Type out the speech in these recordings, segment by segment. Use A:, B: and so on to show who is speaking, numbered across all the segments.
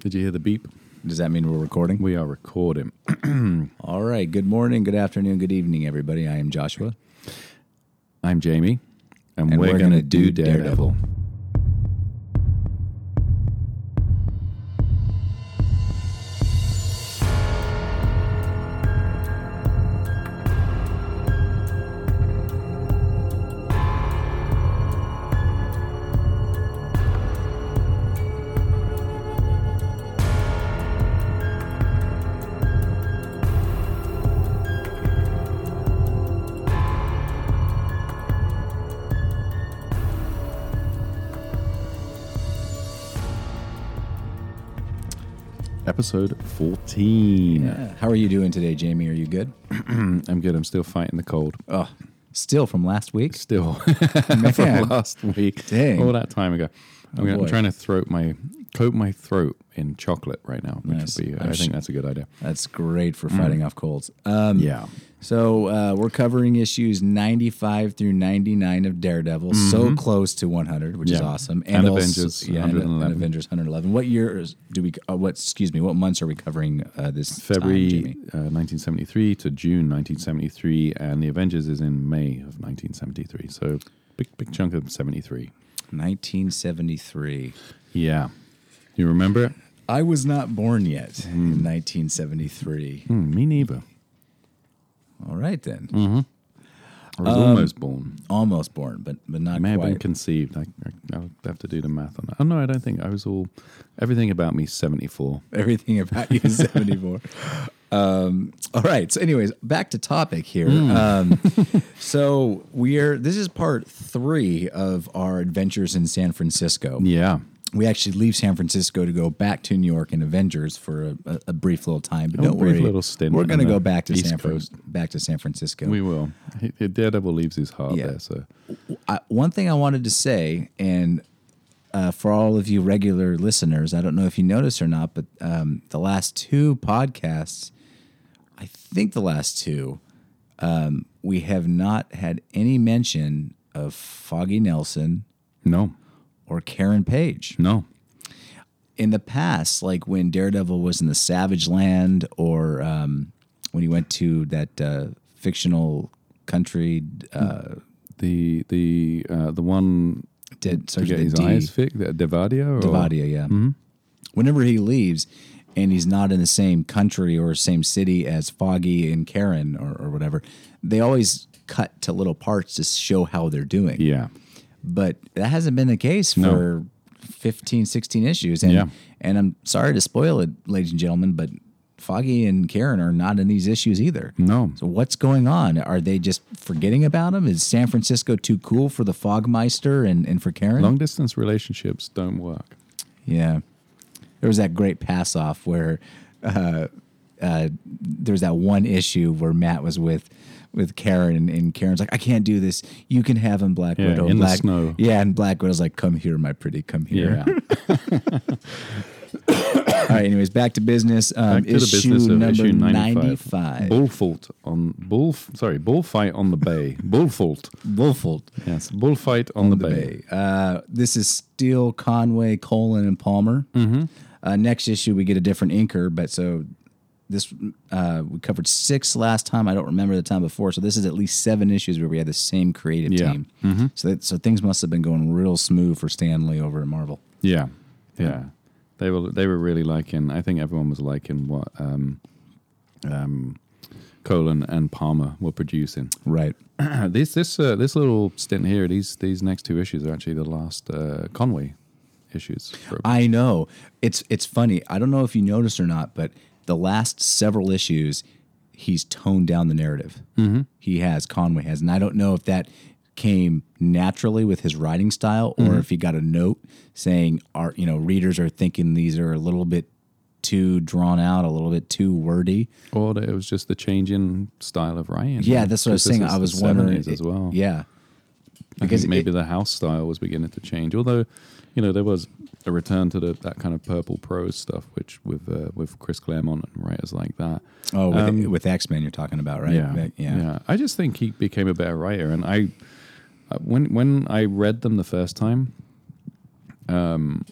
A: Did you hear the beep?
B: Does that mean we're recording?
A: We are recording.
B: All right. Good morning, good afternoon, good evening, everybody. I am Joshua.
A: I'm Jamie, and,
B: And
A: we're,
B: we're
A: gonna,
B: gonna
A: do
B: do
A: Daredevil.
B: Daredevil.
A: episode fourteen.
B: How are you doing today, Jamie? Are you good?
A: I'm good. I'm still fighting the cold.
B: Oh, still from last week?
A: Still from
B: Man.
A: last week,
B: Dang.
A: all that time ago. I'm, gonna, I'm
B: boy.
A: trying to throat my coat my throat in chocolate right now, which
B: Nice.
A: would be. uh,
B: I'm
A: I think
B: sh-
A: that's a good idea.
B: That's great
A: Mm.
B: for fighting off colds. Um,
A: Yeah.
B: So uh, we're covering issues 95 through 99 of Daredevil, so close to 100, which is
A: Mm-hmm. Yeah.
B: awesome.
A: And
B: also-
A: Avengers,
B: yeah, and- and
A: 111.
B: Avengers 111. What year is, do we? Uh, what? Excuse me. What months are we covering uh, this? time,
A: February
B: Jamie?
A: uh, 1973 to June 1973, and the Avengers is in May of 1973. So big big chunk of 73.
B: 1973.
A: Yeah, you remember it?
B: I was not born yet in 1973.
A: Hmm, me neither.
B: All right then,
A: I was almost born.
B: almost born, but but not
A: I Um, may have been
B: quite.
A: conceived. I, I, I'll have to do the math on that. Oh, no, I don't think. I was all, everything about me, 74.
B: Everything about you is 74. um, all right. So, anyways, back to topic here.
A: Hmm.
B: Um, so we are. This is part three of our adventures in San Francisco.
A: Yeah.
B: We actually leave San Francisco to go back to New York in Avengers for a, a, a brief little time, but
A: A
B: don't
A: brief
B: worry,
A: little stint
B: we're
A: on
B: going to
A: the
B: go back to
A: East
B: San Fran-
A: Coast.
B: back to San Francisco.
A: We will. He- he- Daredevil leaves his heart
B: Yeah.
A: there. So,
B: I, one thing I wanted to say, and uh, for all of you regular listeners, I don't know if you noticed or not, but um, the last two podcasts, I think the last two, um, we have not had any mention of Foggy Nelson
A: no,
B: or Karen Page
A: no.
B: in the past, like when Daredevil was in the Savage Land or um, when he went to that uh, fictional country, uh,
A: The the uh, the one
B: did
A: to get his eyes fixed, uh, Devadia? Or?
B: Devadia, yeah.
A: Mm-hmm.
B: Whenever he leaves and he's not in the same country or same city as Foggy and Karen or, or whatever, they always cut to little parts to show how they're doing.
A: Yeah.
B: But that hasn't been the case
A: No.
B: for fifteen, sixteen 15, 16 issues. And,
A: Yeah.
B: and I'm sorry to spoil it, ladies and gentlemen, but Foggy and Karen are not in these issues either.
A: No.
B: So what's going on? Are they just forgetting about him? Is San Francisco too cool for the Fogmeister and, and for Karen?
A: Long distance relationships don't work.
B: Yeah. There was that great pass off where uh, uh, there was that one issue where Matt was with with Karen and, and Karen's like, I can't do this. You can have him, Black
A: Yeah,
B: Widow.
A: in the
B: Black,
A: snow.
B: Yeah, and Black Widow's like, come here, my pretty, come here. All right, anyways, back to business. Um,
A: Back to the
B: issue
A: business of
B: number
A: issue 95.
B: 95.
A: Bullfight on bull. Sorry, bullfight on the bay. bullfight.
B: Wolfold.
A: Yes, bullfight on, the, bay.
B: Uh, this is Steele, Conway, Colin, and Palmer. Uh, next issue, we get a different inker, but so this uh, we covered six last time. I don't remember the time before, so this is at least seven issues where we had the same creative
A: Yeah.
B: team. So that, so things must have been going real smooth for Stanley over at Marvel.
A: Yeah, yeah. They were they were really liking. I think everyone was liking what um, um, Colin and Palmer were producing.
B: Right.
A: this this uh, this little stint here. These these next two issues are actually the last uh, Conway issues. for-
B: I know. It's it's funny. I don't know if you noticed or not, but the last several issues, he's toned down the narrative. Mm-hmm. He has Conway has, and I don't know if that came naturally with his writing style or
A: Mm-hmm.
B: if he got a note saying our you know readers are thinking these are a little bit too drawn out, a little bit too wordy.
A: or it was just the change in style of writing.
B: Yeah, that's what I was
A: 'Cause this
B: saying.
A: is
B: I
A: the
B: was wondering
A: 70s as
B: it-
A: well.
B: Yeah.
A: because
B: Because it-
A: maybe the house style was beginning to change. Although, you know, there was a return to the, that kind of purple prose stuff, which with uh, with Chris Claremont and writers like that.
B: Oh, with, with X Men, you're talking about, right?
A: Um, Yeah,
B: That- yeah.
A: I just think he became a better writer, and I uh, when when I read them the first time, um,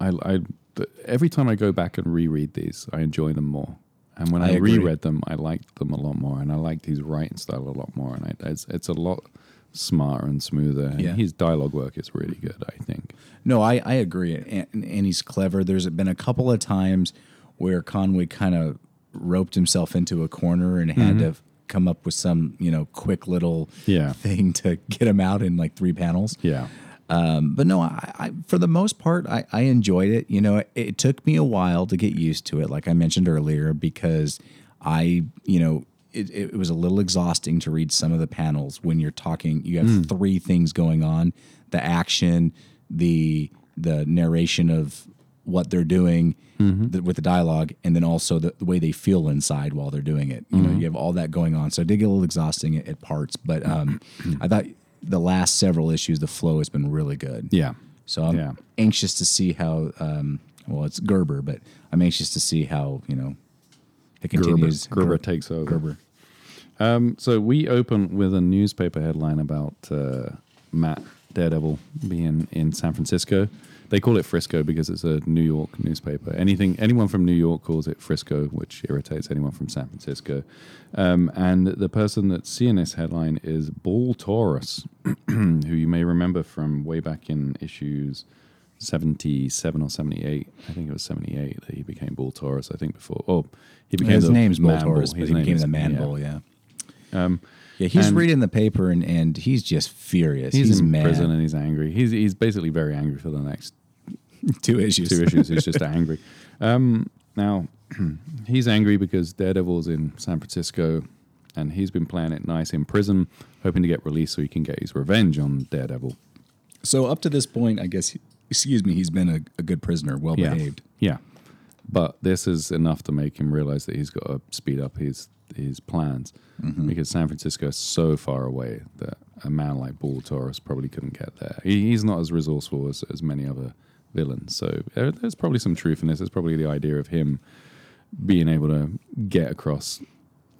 A: I I but every time I go back and reread these, I enjoy them more. And when
B: I
A: I,
B: agree.
A: reread them, I liked them a lot more, and I liked his writing style a lot more. And I, it's it's a lot smarter and smoother. And
B: Yeah.
A: his dialogue work is really good. I think.
B: No, I, I agree. And, and he's clever. There's been a couple of times where Conway kind of roped himself into a corner and had to come up with some, you know, quick little
A: Mm-hmm. Yeah.
B: thing to get him out in like three panels.
A: Yeah.
B: Um, but no, I, I, for the most part, I, I enjoyed it. You know, it, it took me a while to get used to it, like I mentioned earlier, because I, you know, it, it was a little exhausting to read some of the panels when you're talking. You have three things going on: the action, the the narration of what they're doing th- with the dialogue, and then also the, the way they feel inside while they're doing it. You know, you have all that going on. So it did get a little exhausting at, at parts, but um, I thought the last several issues, the flow has been really good.
A: Yeah.
B: So I'm
A: Yeah.
B: anxious to see how. Um, well, it's Gerber, but I'm anxious to see how you know it
A: Gerber,
B: continues.
A: Gerber
B: Ger-
A: takes over.
B: Gerber.
A: So we open with a newspaper headline about uh, Matt Daredevil being in San Francisco. They call it Frisco because it's a New York newspaper. Anything anyone from New York calls it Frisco, which irritates anyone from San Francisco. Um, and the person that's seeing this headline is Ball Taurus, who you may remember from way back in issues 77 or 78. I think it was 78 that he became Ball Taurus, I think before. Oh, he became
B: His
A: the
B: name's Bull
A: Man Bull.
B: Taurus, but
A: His
B: he
A: name
B: became
A: is-
B: the Man
A: yeah. Um,
B: Bull. Yeah. yeah, he's
A: and-
B: reading the paper and, and he's just furious. He's,
A: He's, in
B: mad.
A: prison and he's angry. He's he's basically very angry for the next
B: Two issues.
A: two issues. He's just angry. Um, now he's angry because Daredevil's in San Francisco, and he's been playing it nice in prison, hoping to get released so he can get his revenge on Daredevil.
B: So up to this point, I guess, he- excuse me, he's been a, a good prisoner, well behaved.
A: Yeah. But this is enough to make him realize that he's got to speed up his his plans because San Francisco is so far away that a man like Bull Taurus probably couldn't get there. He, he's not as resourceful as, as many other villains. So there, there's probably some truth in this. It's probably the idea of him being able to get across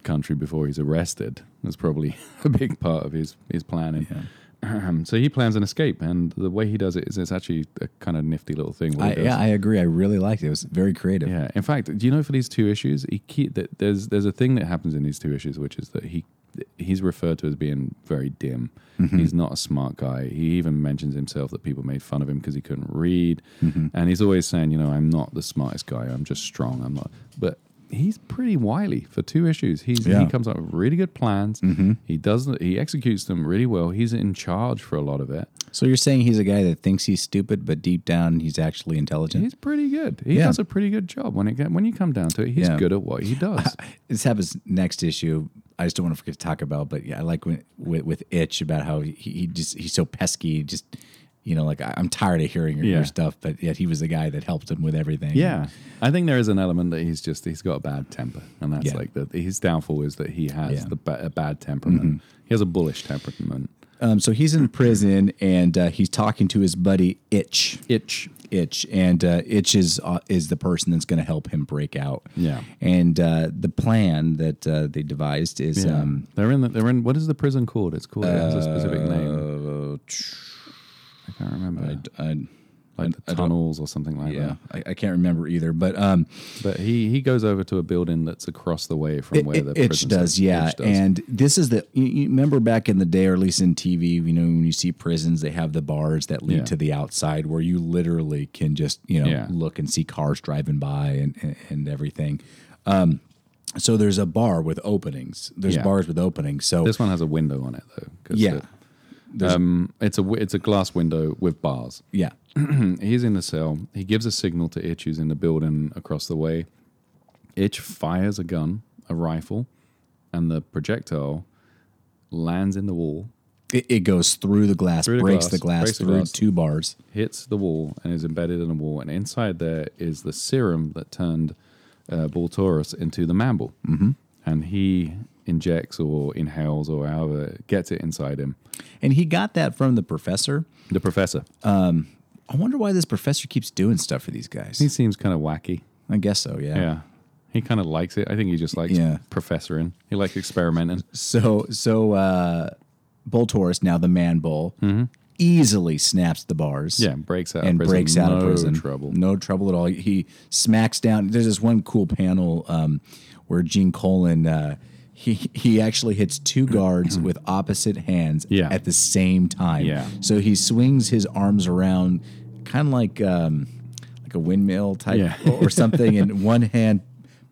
A: country before he's arrested. That's probably a big part of his his planning. so he plans an escape, and the way he does it is it's actually a kind of nifty little thing. what he
B: I,
A: does.
B: yeah, I agree. I really liked it. It was very creative.
A: Yeah. In fact, do you know for these two issues, he keep, that there's there's a thing that happens in these two issues, which is that he he's referred to as being very dim.
B: Mm-hmm.
A: He's not a smart guy. He even mentions himself that people made fun of him because he couldn't read,
B: Mm-hmm.
A: and he's always saying, you know, I'm not the smartest guy. I'm just strong. I'm not, but. He's pretty wily for two issues. He's,
B: Yeah. Mm-hmm.
A: He comes up with really good plans. He does. th- He executes them really well. He's in charge for a lot of it.
B: So you're saying he's a guy that thinks he's stupid, but deep down he's actually intelligent.
A: He's pretty good. He
B: Yeah.
A: does a pretty good job when it get, when you come down to it. He's
B: Yeah.
A: good at what he does.
B: this happens next issue. I just don't want to forget to talk about, but yeah, I like when, with, with Itch about how he, he just he's so pesky. Just you know, like I, I'm tired of hearing your, your
A: Yeah.
B: stuff, but yet he was the guy that helped him with everything.
A: Yeah, I think there is an element that he's just he's got a bad temper, and that's
B: Yeah.
A: like the his downfall is that he has
B: Yeah. Mm-hmm.
A: the ba- a bad temperament. He has a bullish temperament.
B: Um, so he's in prison and uh, he's talking to his buddy Itch.
A: Itch.
B: Itch and uh, Itch is uh, is the person that's going to help him break out.
A: Yeah.
B: And uh, the plan that uh, they devised is um,
A: they're in the, they're in what is the prison called? It's called it has a specific name.
B: uh,
A: I can't remember.
B: I,
A: like the tunnels or something like
B: uh, yeah,
A: that.
B: I, I can't remember either, but um,
A: But he he goes over to a building that's across the way from where
B: It-
A: the
B: it
A: prison
B: does,
A: is.
B: yeah.
A: Itch does.
B: And this is the you, you remember back in the day, or at least in TV, you know, when you see prisons, they have the bars that lead
A: Yeah.
B: to the outside where you literally can just you know
A: Yeah.
B: look and see cars driving by and and, and everything. Um, so there's a bar with openings. There's
A: Yeah.
B: bars with openings. So
A: this one has a window on it though. 'cause
B: yeah,
A: it- um, it's a wi- it's a glass window with bars.
B: yeah,
A: he's in the cell. He gives a signal to Itch, who's in the building across the way. Itch fires a gun, a rifle, and the projectile lands in the wall,
B: it, it goes through the glass,
A: the
B: breaks
A: glass,
B: the glass
A: breaks the
B: through
A: glass.
B: two bars.
A: hits the wall, and is embedded in the wall. And inside there is the serum that turned uh, Bull Taurus into the Mamble. Mm-hmm. And he injects or inhales or however gets it inside him.
B: And he got that from the professor.
A: The professor.
B: I wonder why this professor keeps doing stuff for these guys.
A: he seems kind of wacky.
B: I guess so.
A: Yeah. He kind of likes it. I think he just likes
B: Yeah.
A: professoring. He likes experimenting.
B: So so uh Bull Taurus, now the man bull, easily snaps the bars.
A: Yeah, and breaks out of
B: and
A: prison,
B: breaks out of
A: no
B: prison.
A: trouble.
B: No trouble at all. He smacks down. There's this one cool panel um, where Gene Colan. Uh, he, he actually hits two guards with opposite hands
A: Yeah.
B: at the same time.
A: Yeah.
B: So he swings his arms around, kind of like um, like a windmill type
A: Yeah.
B: or something, and one hand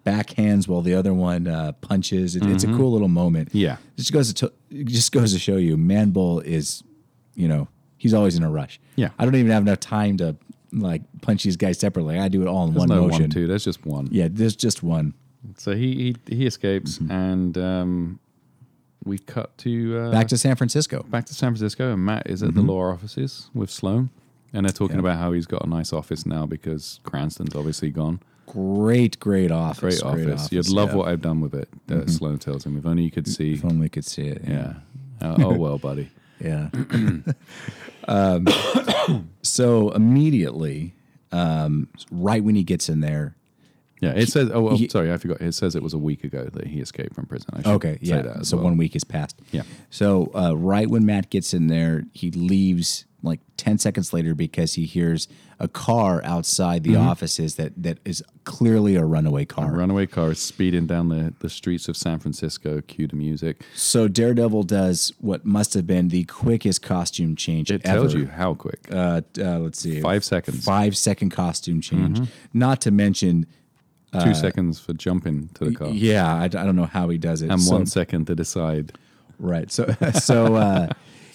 B: backhands while the other one uh, punches. It, It's a cool little moment.
A: Mm-hmm. Yeah.
B: just goes to it just goes to show you, Man Bull is, you know, he's always in a rush.
A: Yeah.
B: I don't even have enough time to like punch these guys separately. I do it all in
A: There's
B: one
A: no
B: motion.
A: one, two. There's just one.
B: Yeah, Mm-hmm. there's just one.
A: So he he, he escapes, and um, we cut to uh,
B: Back Mm-hmm. to San Francisco.
A: back to San Francisco, and Matt is at the law offices with Sloan, and they're talking about how he's got a nice office now because Cranston's obviously gone.
B: Great, great office.
A: Great, office. You'd love
B: yeah. Mm-hmm.
A: what I've done with it. Uh, Sloan tells him, "If only you could see."
B: If only we could see it.
A: Yeah. Uh, oh well, buddy.
B: Yeah. um, so immediately, um, right when he gets in there,
A: Yeah, it says. Oh, oh,
B: he-
A: sorry, I forgot. It says it was a week ago that he escaped from prison. I should
B: okay,
A: say
B: yeah.
A: that as
B: so
A: well.
B: one week has passed.
A: Yeah.
B: So uh, right when Matt gets in there, he leaves like ten seconds later because he hears a car outside the
A: Mm-hmm.
B: offices that that is clearly a runaway car.
A: runaway car is speeding down the, the streets of San Francisco. Cue the music.
B: so Daredevil does what must have been the quickest costume change
A: It
B: ever.
A: tells you how quick.
B: Uh, uh, let's see.
A: Five seconds. Mm-hmm.
B: Five second costume change. Not to mention
A: Two seconds for jumping to the car,
B: Yeah, I, I don't know how he does it.
A: and
B: So-
A: one second to decide.
B: right? So so uh,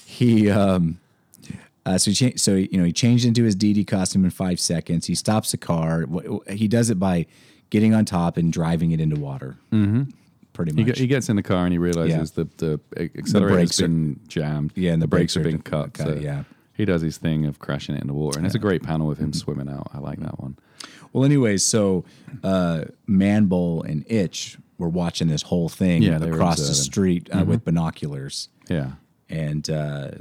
B: he um, uh, so he cha- so you know he changed into his DD costume in five seconds. He stops the car. W- w- He does it by getting on top and driving it into water. Mm-hmm. Pretty
A: He,
B: much.
A: ge- he gets in the car and he realizes that the e-, accelerator's
B: brakes are-
A: been jammed.
B: Yeah, and
A: the,
B: the
A: brakes have
B: brakes
A: been
B: are d-
A: cut.
B: cut,
A: so
B: yeah.
A: he does his thing of crashing it in the water, and it's a great panel with him swimming out. I like that one.
B: Well, anyways, so uh, Manbull and Itch were watching this whole thing
A: Yeah, they were
B: across the
A: observing. Mm-hmm.
B: street uh, with binoculars,
A: Yeah,
B: and uh,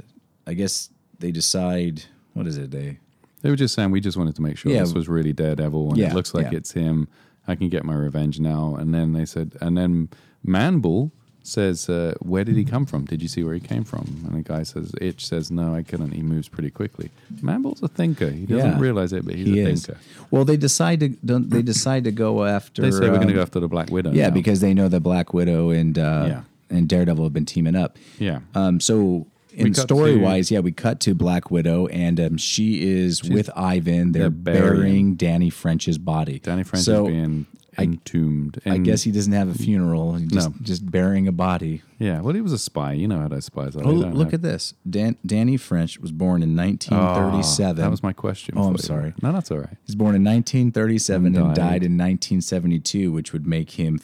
B: I guess they decide what is it they.
A: they were just saying we just wanted to make sure
B: Yeah.
A: this was really Daredevil, and it
B: Yeah,
A: looks like
B: yeah.
A: it's him. I can get my revenge now. And then they said, and then Manbull says, uh, "Where did he come from? Did you see where he came from?" And the guy says, "Itch says no, I couldn't. He moves pretty quickly. Manbull's a thinker. He doesn't
B: Yeah.
A: realize it, but he's
B: He
A: a
B: is.
A: thinker.
B: Well, they decide to don't, they decide to go after.
A: They say we're going
B: um,
A: to go after the Black Widow.
B: Yeah,
A: now.
B: because they know that Black Widow and uh,
A: Yeah.
B: and Daredevil have been teaming up.
A: yeah."
B: Um, so in
A: cut
B: story
A: to-
B: wise, yeah, we cut to Black Widow, and um, she is with Ivan. They're,
A: they're burying-
B: burying, Danny French's body.
A: Danny French
B: So
A: is being entombed.
B: I
A: in-
B: guess he doesn't have a funeral. He's just,
A: No.
B: just burying a body.
A: Yeah, well, he was a spy. You know how those spies are.
B: Oh, look at this. Dan- Danny French was born in 1937.
A: That was my question.
B: Oh,
A: for
B: I'm
A: you.
B: sorry.
A: No, that's all right.
B: He's born in 1937 and died.
A: And died.
B: in 1972, which would make him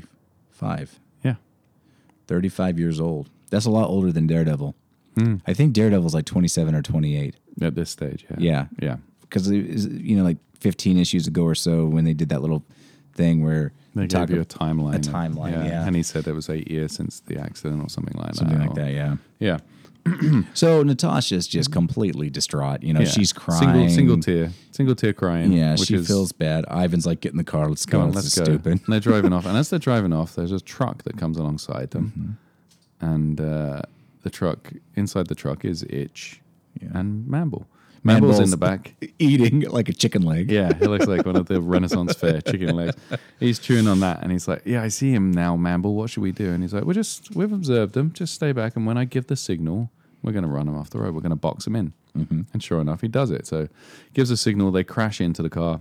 B: 35.
A: Yeah.
B: 35 years old. That's a lot older than Daredevil.
A: Hmm.
B: I think Daredevil's like 27 or 28
A: At this stage, yeah.
B: Yeah.
A: Yeah.
B: because you know like 15 issues ago or so when they did that little thing where
A: They
B: talk
A: gave you a
B: ab-
A: timeline.
B: a
A: of-
B: timeline, yeah.
A: And he said it was eight years since the accident or something like
B: something
A: that.
B: like that. Yeah.
A: Yeah.
B: So Natasha's just completely distraught. You know,
A: Hmm. yeah.
B: Oh, she's crying.
A: Single, single tear. Single tear crying.
B: Yeah,
A: which
B: she
A: is,
B: feels bad. Ivan's like, get in the car. Let's go.
A: Come on,
B: this
A: let's
B: is
A: go.
B: stupid.
A: And they're driving off, and as they're driving off, there's a truck that comes alongside them,
B: Mm-hmm.
A: and uh, the truck inside the truck is Itch and Mamble. Mamble's in
B: Mamble's-
A: the back.
B: Eating like a chicken leg.
A: Yeah, he looks like one of the Renaissance fair chicken legs. He's chewing on that, and he's like, "Yeah, I see him now, Mamble. What should we do?" And he's like, "We're just we've observed him. Just stay back, and when I give the signal, we're going to run him off the road. We're going to box him in." And sure enough, he does it. So, gives a signal. They crash into the car.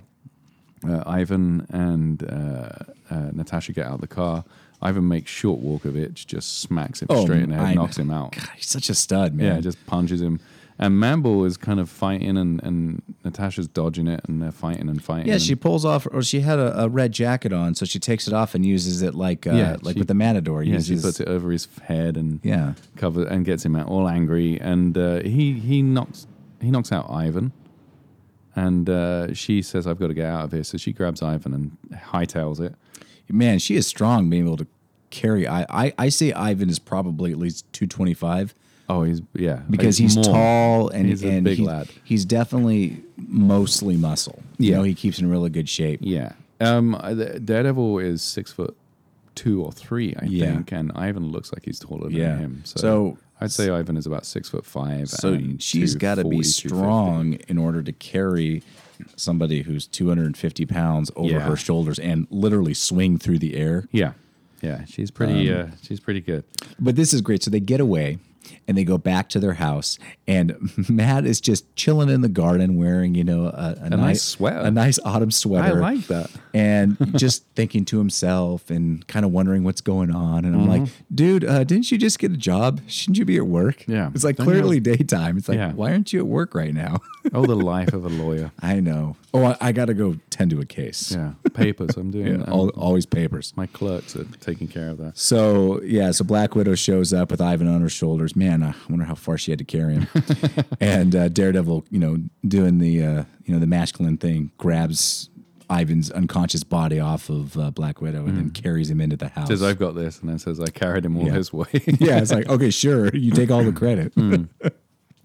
A: Uh, Ivan and uh, uh, Natasha get out of the car. Ivan makes short walk of it, just smacks him
B: Oh,
A: straight in the head,
B: I-
A: knocks him out.
B: God, he's such a stud, man.
A: Yeah, just punches him. And Mamble is kind of fighting, and, and Natasha's dodging it, and they're fighting and fighting.
B: Yeah,
A: and-
B: she pulls off, or she had a, a red jacket on, so she takes it off and uses it like, uh,
A: Yeah,
B: like
A: she-
B: with the matador.
A: yeah, she
B: uses,
A: puts it over his head and
B: Yeah.
A: covers and gets him out all angry, and uh, he he knocks he knocks out Ivan, and uh, she says, "I've got to get out of here." So she grabs Ivan and hightails it.
B: man, she is strong, being able to carry. I, I, I say Ivan is probably at least two twenty five
A: Oh, he's yeah
B: because
A: it's
B: he's
A: more.
B: tall and
A: He's a
B: and
A: big
B: he-
A: lad.
B: He's definitely mostly muscle. You
A: Yeah.
B: know, he keeps in really good shape.
A: Yeah. Um, I- the- Daredevil is six foot two or three, I
B: Yeah.
A: think, and Ivan looks like he's taller than
B: Yeah.
A: him. So, uh,
B: So,
A: I'd say Ivan is about six foot five.
B: So
A: and
B: she's got to be
A: 240, 250.
B: strong in order to carry somebody who's 250 pounds over
A: Yeah.
B: her shoulders and literally swing through the air.
A: Yeah, yeah, she's pretty.
B: Um,
A: uh, she's pretty good.
B: But this is great. So they get away and they go back to their house, and Matt is just chilling in the garden wearing, you know, a, a,
A: nice sweater.
B: a nice autumn sweater.
A: like that.
B: And just thinking to himself and kind of wondering what's going on. And I'm like, dude, uh, didn't you just get a job? Shouldn't you be at work?
A: Mm-hmm. Yeah.
B: It's like
A: Don't you-
B: clearly daytime. It's like,
A: Yeah.
B: why aren't you at work right now?
A: Oh, the life of a lawyer.
B: I know. Oh, I, I got to go tend to a case.
A: Yeah, papers. I'm doing.
B: Yeah,
A: I'm-
B: al- always papers.
A: my clerks are taking care of that.
B: So yeah, so Black Widow shows up with Ivan on her shoulders. Man, I wonder how far she had to carry him. and uh, Daredevil, you know, doing the uh, you know the masculine thing, grabs Ivan's unconscious body off of uh, Black Widow and then carries him into the house.
A: Mm. Says I've got this, and then says I carried him all
B: Yeah.
A: his way.
B: yeah, it's like okay, sure, you take all the credit.
A: Mm.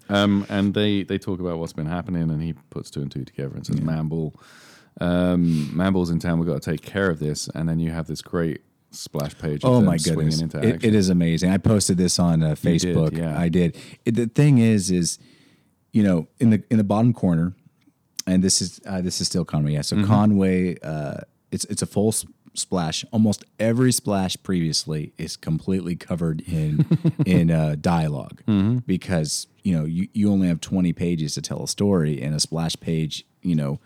A: Um, and they they talk about what's been happening, and he puts two and two together and says, "Mamble, um, Mamble's in town. We've got to take care of this." And then you have this great splash page. of
B: Oh
A: them
B: my
A: swinging
B: goodness,
A: Into
B: It-
A: action.
B: it is amazing. I posted this on uh,
A: did,
B: Facebook.
A: yeah.
B: I did. It, the thing is, is you know, in the in the bottom corner, and this is uh, this is still Conway. Yeah, so
A: Mm-hmm.
B: Conway, uh, it's it's a full s- splash. Almost every splash previously is completely covered in in uh, dialog
A: Mm-hmm.
B: because you know you, you only have twenty pages to tell a story, and a splash page, you know.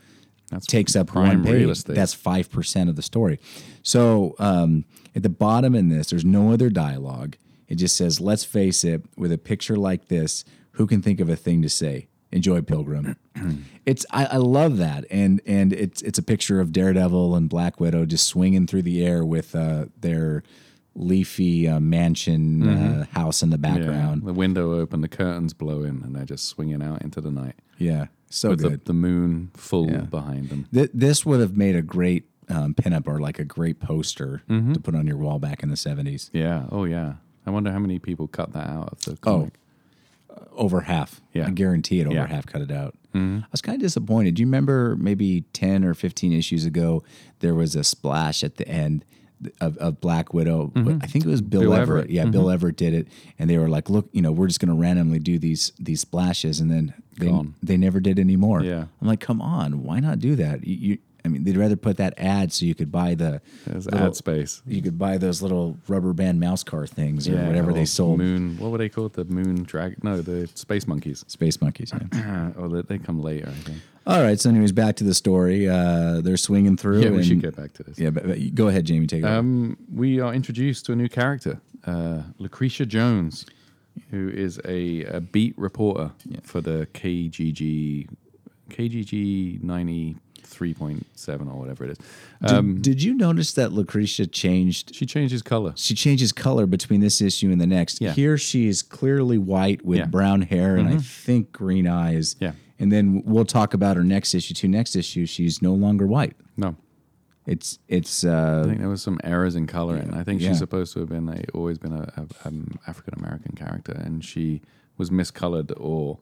B: takes up one
A: prime
B: page.
A: real estate.
B: That's five percent of the story. So um, at the bottom in this, there's no other dialogue. It just says, "Let's face it. With a picture like this, who can think of a thing to say? Enjoy, Pilgrim." it's I, I love that, and and it's it's a picture of Daredevil and Black Widow just swinging through the air with uh, their leafy uh, mansion uh, house in the
A: Mm-hmm. Yeah,
B: background.
A: the window open, the curtains blowing, and they're just swinging out into the night.
B: Yeah, so
A: With
B: good.
A: the, the moon full behind them.
B: Th- this would have made a great um, pinup or like a great poster
A: Mm-hmm.
B: to put on your wall back in the 70s.
A: Yeah. Oh yeah. I wonder how many people cut that out of the
B: Oh,
A: comic.
B: uh, over half.
A: Yeah.
B: I guarantee it. Over
A: Yeah. Mm-hmm.
B: half cut it out. I was kind of disappointed. Do you remember maybe 10 or 15 issues ago, there was a splash at the end of, of Black Widow? I think it was Bill,
A: Mm-hmm. Bill
B: Everett.
A: Everett. Mm-hmm.
B: Yeah, Bill Everett did it. And they were like, look, you know, we're just going to randomly do these these splashes. And then they,
A: Gone.
B: they never did any more.
A: Yeah.
B: I'm like, come on, why not do that? You, you, I mean, they'd rather put that ad so you could buy the
A: There's
B: little-
A: ad space.
B: You could buy those little rubber band mouse car things or
A: Yeah,
B: whatever they
A: or
B: sold.
A: Moon. What were they called? The moon drag? No, the space monkeys.
B: Space monkeys. Yeah.
A: oh, they, they come later. I think.
B: All right. So, anyways, back to the story. Uh, they're swinging through.
A: Yeah, we should
B: and-
A: get back to this.
B: Yeah, but, but you- go ahead, Jamie. Take it. over.
A: Um, we are introduced to a new character, uh, Lucretia Jones, who is a, a beat reporter for the KGG, KGG ninety three point seven or whatever it is. Uh,
B: Did, did you notice that Lucretia changed?
A: she changes color.
B: She changes color between this issue and the next.
A: Yeah.
B: Here, she is clearly white with
A: Yeah. Mm-hmm.
B: brown hair and I think green eyes.
A: Yeah.
B: And then we'll talk about her next issue. too. next issue, she's no longer white.
A: No,
B: It's it's
A: I
B: uh,
A: think there was some errors in coloring. I think
B: Yeah.
A: she's supposed to have been a, always been a, a um, African American character, and she was miscolored. Or,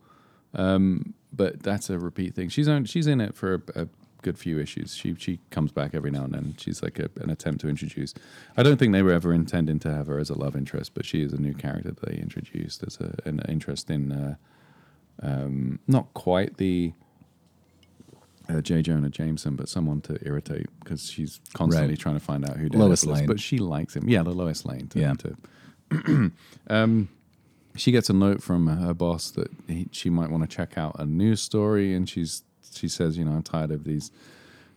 A: um, but that's a repeat thing. She's on, she's in it for a, a good few issues. She she comes back every now and then. She's like a, an attempt to introduce. I don't think they were ever intending to have her as a love interest, but she is a new character that they introduced as a, an interest in. Uh, um, not quite the. Uh, J. Jonah Jameson, but someone to irritate because she's constantly
B: Right.
A: trying to find out who
B: Lois
A: Daredevil is,
B: Lane.
A: But she likes him. Yeah, the Lois Lane. To,
B: Yeah.
A: to- um, she gets a note from her boss that he, she might want to check out a news story, and she's she says, you know, I'm tired of these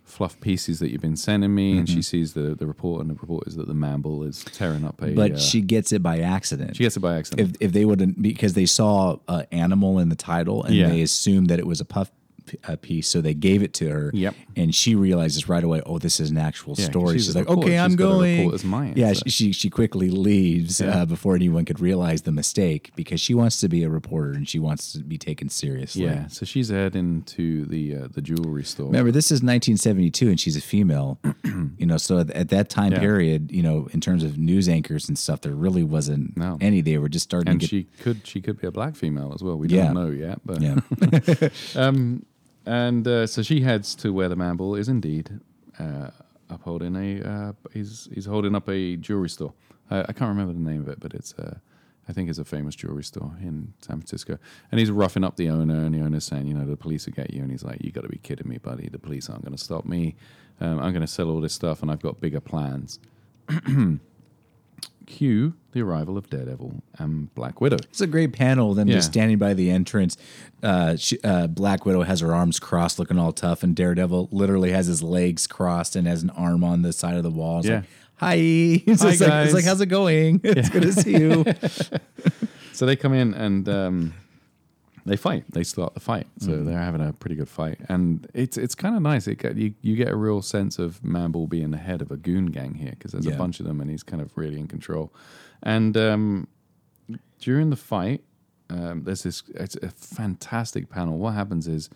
A: fluff pieces that you've been sending me. And she
B: Mm-hmm.
A: sees the the report, and the report is that the Mamble is tearing up a.
B: but
A: uh,
B: she gets it by accident.
A: she gets it by accident.
B: if if they wouldn't because they saw uh, animal in the title and
A: Yeah.
B: they assumed that it was a puff p- a piece, so they gave it to her.
A: Yep.
B: And she realizes right away, oh, this is an actual
A: 'cause
B: story.
A: she's
B: She's
A: a
B: like,
A: reporter.
B: okay,
A: She's
B: I'm
A: got a
B: going.
A: reporter's mind,
B: yeah,
A: so-
B: she, she she quickly leaves uh, before anyone could realize the mistake because she wants to be a reporter and she wants to be taken seriously.
A: yeah, so she's heading to the uh, the jewelry store.
B: Remember, this is 1972, and she's a female. you know, so at, at that time
A: Yeah.
B: period, you know, in terms of news anchors and stuff, there really wasn't
A: No.
B: any. They were just starting
A: and
B: to get.
A: she could she could be a black female as well. We
B: Yeah.
A: don't know yet, but Um,
B: yeah.
A: And uh, so she heads to where the mamble is indeed uh, upholding a. Uh, he's he's holding up a jewelry store. Uh, I can't remember the name of it, but it's uh, I I think it's a famous jewelry store in San Francisco. And he's roughing up the owner, and the owner's saying, you know, the police will get you. And he's like, you got to be kidding me, buddy. The police aren't going to stop me. Um, I'm going to sell all this stuff, and I've got bigger plans. Cue the arrival of Daredevil and Black Widow.
B: It's a great panel. Them just
A: Yeah.
B: standing by the entrance. Uh, she, uh, Black Widow has her arms crossed, looking all tough, and Daredevil literally has his legs crossed and has an arm on the side of the wall. It's
A: Yeah.
B: like, hi. It's,
A: Hi,
B: just like, it's
A: guys.
B: like, how's it going? It's good to see you.
A: So they come in and um, they fight. They start the fight. So they're having a pretty good fight, and it's it's kind of nice. It get, you you get a real sense of Manball being the head of a goon gang here because there's
B: Yeah.
A: a bunch of them, and he's kind of really in control. And um, during the fight, um, there's this it's a fantastic panel. What happens is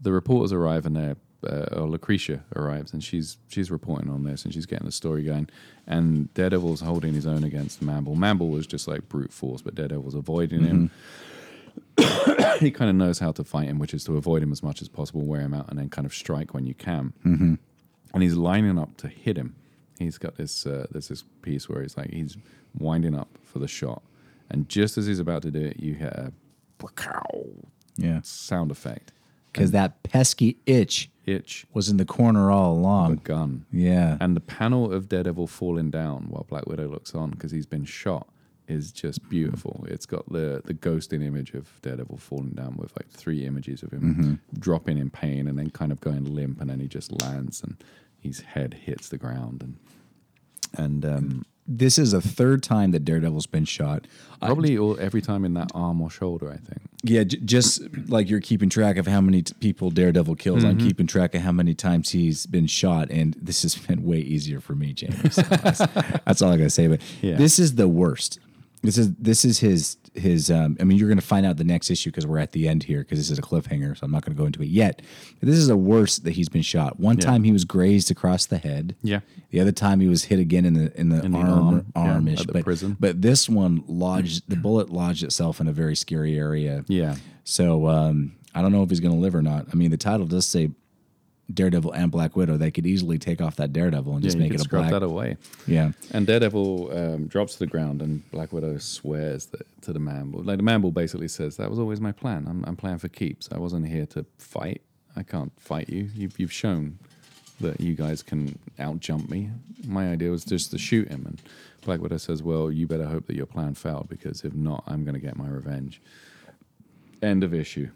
A: the reporters arrive and they're uh, or Lucretia arrives and she's she's reporting on this and she's getting the story going and Daredevil's holding his own against Mamble. Mamble was just like brute force, but Daredevil's avoiding him. he kind of knows how to fight him, which is to avoid him as much as possible, wear him out, and then kind of strike when you can and he's lining up to hit him. He's got this uh, there's this piece where he's like he's winding up for the shot, and just as he's about to do it, you hear a "Pow!"
B: yeah.
A: sound effect,
B: Because that pesky itch
A: itch,
B: was in the corner all
A: a
B: along.
A: gun,
B: Yeah.
A: and the panel of Daredevil falling down while Black Widow looks on because he's been shot is just beautiful. It's got the the ghosting image of Daredevil falling down with like three images of him dropping in pain and then kind of going limp, and then he just lands and his head hits the ground and. And um,
B: This is a third time that Daredevil's been shot.
A: Probably all, every time in that arm or shoulder, I think.
B: Yeah, j- just like you're keeping track of how many t- people Daredevil kills, I'm
A: Mm-hmm.
B: keeping track of how many times he's been shot, and this has been way easier for me, James. So that's, that's all I gotta say. But
A: Yeah.
B: this is the worst. This is this is his his. Um, I mean, you're gonna find out the next issue because we're at the end here because this is a cliffhanger, so I'm not gonna go into it yet. But this is the worst that he's been shot. One time he was grazed across the head.
A: Yeah.
B: The other time he was hit again in the in the
A: the
B: arm,
A: arm, yeah,
B: armish,
A: at the
B: but
A: prison.
B: but this one lodged the bullet lodged itself in a very scary area.
A: Yeah.
B: So um, I don't know if he's going to live or not. I mean, the title does say Daredevil and Black Widow. They could easily take off that Daredevil and just
A: you
B: make
A: could
B: it a
A: scrub
B: black.
A: that away.
B: Yeah,
A: And Daredevil um, drops to the ground, and Black Widow swears that to the Manbull. Like the Manbull basically says, "That was always my plan. I'm, I'm playing for keeps. I wasn't here to fight. I can't fight you. You've, you've shown that you guys can outjump me. My idea was just to shoot him." And Black Widow says, "Well, you better hope that your plan failed, because if not, I'm going to get my revenge." End of issue.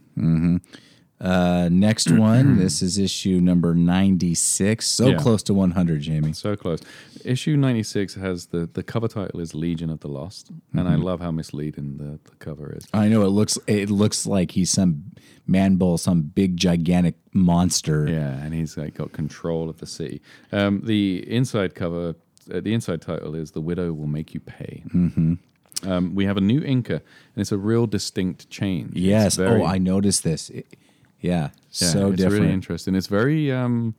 B: Uh, next one. this is issue number ninety six. So
A: Yeah.
B: close to one hundred, Jamie.
A: So close. Issue 96 has the, the cover title is Legion of the Lost. And I
B: Mm-hmm.
A: love how misleading the, the cover is.
B: I know it looks. It looks like he's some man bull, some big gigantic monster.
A: Yeah, and he's like got control of the city. Um, the inside cover, uh, the inside title is "The Widow Will Make You Pay." Mm-hmm. Um, we have a new inker, and it's a real distinct change. It's
B: Yes.
A: very-
B: oh, I noticed this. It- yeah.
A: yeah,
B: So
A: it's
B: different.
A: really interesting. It's very. Um,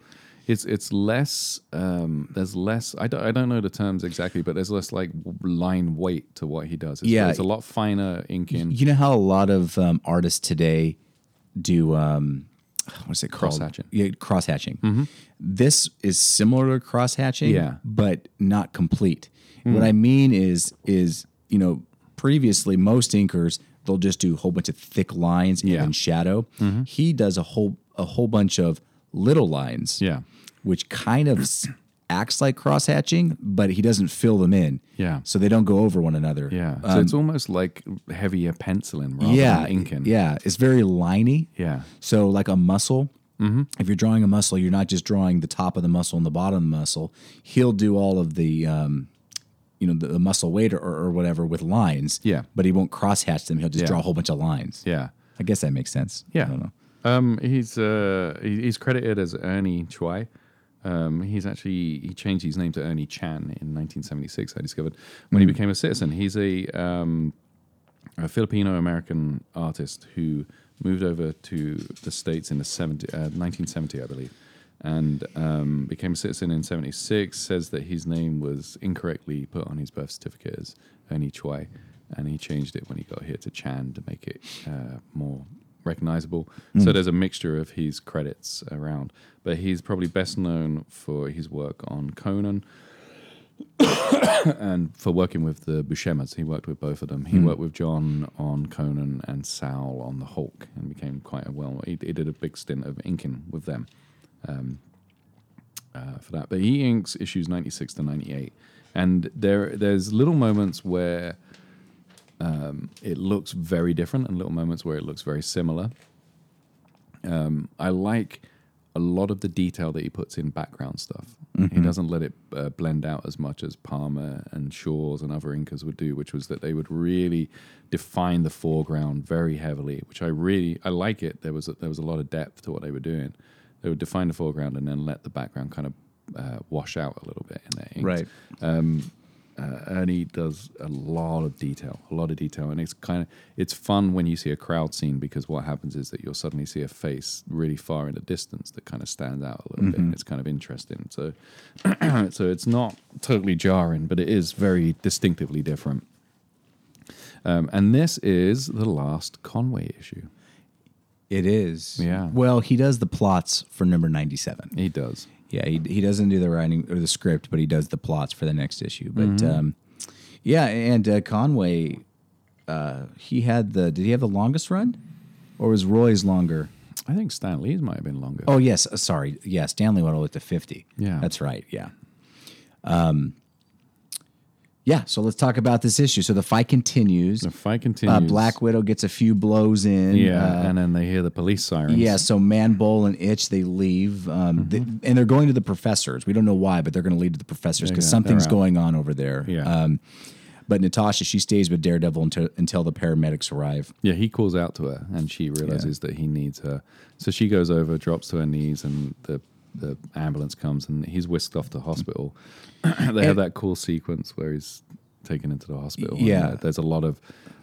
A: it's it's less. Um, there's less. I don't, I don't know the terms exactly, but there's less like line weight to what he does. It's,
B: Yeah.
A: it's a lot finer inking.
B: You know how a lot of um, artists today do um, what's it called?
A: Cross-hatching. Mm-hmm.
B: Yeah, cross hatching. This is similar to cross hatching,
A: Yeah. Mm.
B: but not complete. What I mean is, is you know, previously most inkers they'll just do a whole bunch of thick lines
A: Yeah. Mm-hmm.
B: and then shadow. He does a whole a whole bunch of little lines,
A: Yeah.
B: which kind of s- acts like cross hatching, but he doesn't fill them in,
A: Yeah.
B: so they don't go over one another,
A: Yeah. So it's almost like heavier penciling rather
B: Um, yeah,
A: than inking.
B: Yeah, it's very liney.
A: Yeah.
B: So like a muscle,
A: Mm-hmm.
B: if you're drawing a muscle, you're not just drawing the top of the muscle and the bottom of the muscle. He'll do all of the, um, you know, the, the muscle weight or, or whatever with lines.
A: Yeah.
B: But he won't cross hatch them. He'll just
A: Yeah.
B: draw a whole bunch of lines.
A: Yeah.
B: I guess that makes sense.
A: Yeah.
B: I don't know.
A: Um, he's uh, he- he's credited as Ernie Choi. Um, he's actually he changed his name to Ernie Chan in 1976. I discovered when he
B: Hmm.
A: became a citizen. He's a um, a Filipino American artist who moved over to the states in the 70, uh, 1970, I believe, and um, became a citizen in 76. Says that his name was incorrectly put on his birth certificate as Ernie Choi, and he changed it when he got here to Chan to make it uh, more recognizable. So there's a mixture of his credits around, but he's probably best known for his work on Conan and for working with the Buscemids, he worked with both of them. He worked with John on Conan and Sal on the Hulk, and became quite a well. He, he did a big stint of inking with them um, uh, for that. But he inks issues ninety six to ninety eight, and there there's little moments where um, it looks very different, and little moments where it looks very similar. Um, I like a lot of the detail that he puts in background stuff. He doesn't let it uh, blend out as much as Palmer and Shaw's and other Incas would do, which was that they would really define the foreground very heavily. Which I really I like it. There was a, there was a lot of depth to what they were doing. They would define the foreground and then let the background kind of uh, wash out a little bit in their inks
B: Right.
A: uh, Ernie does a lot of detail, a lot of detail, and it's kind of it's fun when you see a crowd scene because what happens is that you'll suddenly see a face really far in the distance that kind of stands out a little bit,
B: Mm-hmm.
A: and it's kind of interesting. So, so it's not totally jarring, but it is very distinctively different. Um, and this is the last Conway issue.
B: It is.
A: Yeah.
B: Well, he does the plots for number 97.
A: He does.
B: Yeah, he, he doesn't do the writing or the script, but he does the plots for the next issue. But
A: Mm-hmm.
B: um, yeah, and uh, Conway, uh, he had the, did he have the longest run? Or was Roy's longer?
A: I think Stan Lee's might have been longer.
B: Oh, yes. uh, sorry. Yeah, Stanley went all the way to 50.
A: Yeah.
B: That's right. Yeah. Um, yeah, so let's talk about this issue. So the fight continues.
A: the fight continues.
B: Uh, Black Widow gets a few blows in.
A: Yeah,
B: Uh,
A: and then they hear the police sirens.
B: Yeah, so Manbull and Itch they leave, um, th- and they're going to the professors. We don't know why, but they're going to leave to the professors because
A: yeah,
B: something's
A: they're out.
B: going on over there.
A: Yeah.
B: Um, but Natasha she stays with Daredevil until until the paramedics arrive.
A: Yeah, he calls out to her, and she realizes that he needs her. So she goes over, drops to her knees, and the the ambulance comes, and he's whisked off to hospital. they have that cool sequence where he's taken into the hospital. and, uh,
B: Yeah.
A: there's a lot of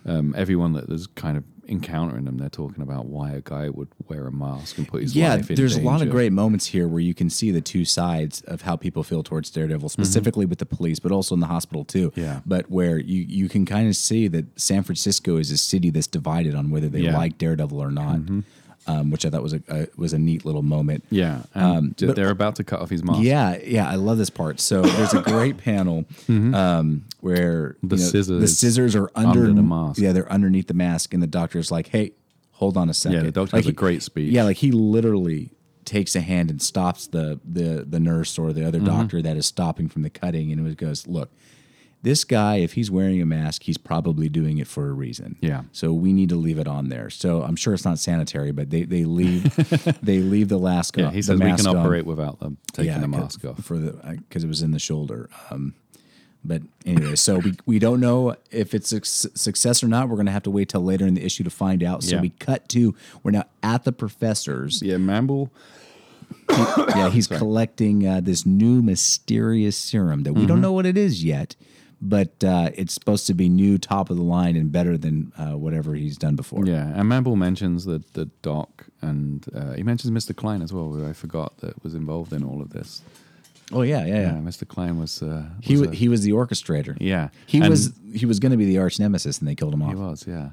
A: um, everyone that is kind of encountering them. They're talking about why a guy would wear a mask and put his
B: Yeah,
A: life in
B: there's a lot of
A: danger.
B: great moments here where you can see the two sides of how people feel towards Daredevil, specifically with the police, but also in the hospital too.
A: Yeah.
B: But where you you can kind of see that San Francisco is a city that's divided on whether they
A: Yeah.
B: like Daredevil or not, um, which I thought was a, a was a neat little moment.
A: Yeah, um, they're about to cut off his mask.
B: Yeah, yeah, I love this part. So there's a great panel um, where
A: Mm-hmm. The scissors
B: the scissors are under,
A: under the mask.
B: Yeah, they're underneath the mask, and the doctor's like, "Hey, hold on a second.
A: Yeah, the doctor
B: like,
A: has a great speech.
B: Yeah, like he literally takes a hand and stops the the the nurse or the other
A: Mm-hmm.
B: doctor that is stopping from the cutting, and it goes, "Look." This guy, if he's wearing a mask, he's probably doing it for a reason.
A: Yeah.
B: So we need to leave it on there. So I'm sure it's not sanitary, but they, they leave they leave the mask.
A: yeah.
B: on-
A: He
B: the
A: says we
B: mask
A: can
B: on
A: operate without them taking the
B: 'cause-
A: mask off.
B: for the because it was in the shoulder. Um, but anyway, so we, we don't know if it's a su- success or not. We're going to have to wait till later in the issue to find out. So
A: Yeah.
B: we cut to we're now at the professor's.
A: Yeah, Mamble.
B: Yeah, he's collecting uh, this new mysterious serum that we
A: Mm-hmm.
B: don't know what it is yet, but uh, it's supposed to be new, top of the line, and better than uh, whatever he's done before.
A: Yeah, and Mamble mentions the the doc, and uh, he mentions Mr. Klein as well, who I forgot that was involved in all of this.
B: Oh yeah, yeah, yeah.
A: Yeah, Mr. Klein was. Uh,
B: He
A: was
B: wa-
A: a-
B: he was the orchestrator.
A: yeah,
B: He
A: And
B: was he was going to be the arch nemesis, and they killed him off.
A: He was. Yeah.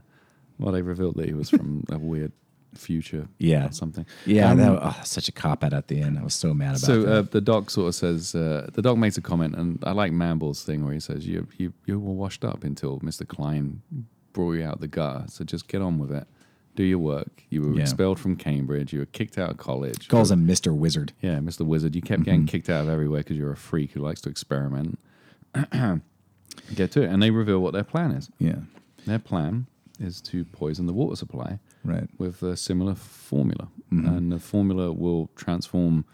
A: Well, they revealed that he was from a weird future.
B: Yeah.
A: Or something.
B: Yeah,
A: Um,
B: that, oh, such a cop out at the end. I was so mad about
A: so
B: that.
A: uh, the doc sort of says uh, the doc makes a comment, and I like Mamble's thing where he says you you you were washed up until Mr. Klein brought you out the gutter. So just get on with it, do your work. You were
B: Yeah.
A: expelled from Cambridge. You were kicked out of college.
B: Calls him Mr. Wizard.
A: Yeah, Mr. Wizard, you kept getting kicked out of everywhere because you're a freak who likes to experiment. Get to it. And they reveal what their plan is.
B: Yeah.
A: Their plan is to poison the water supply
B: Right.
A: with a similar formula. And the formula will transform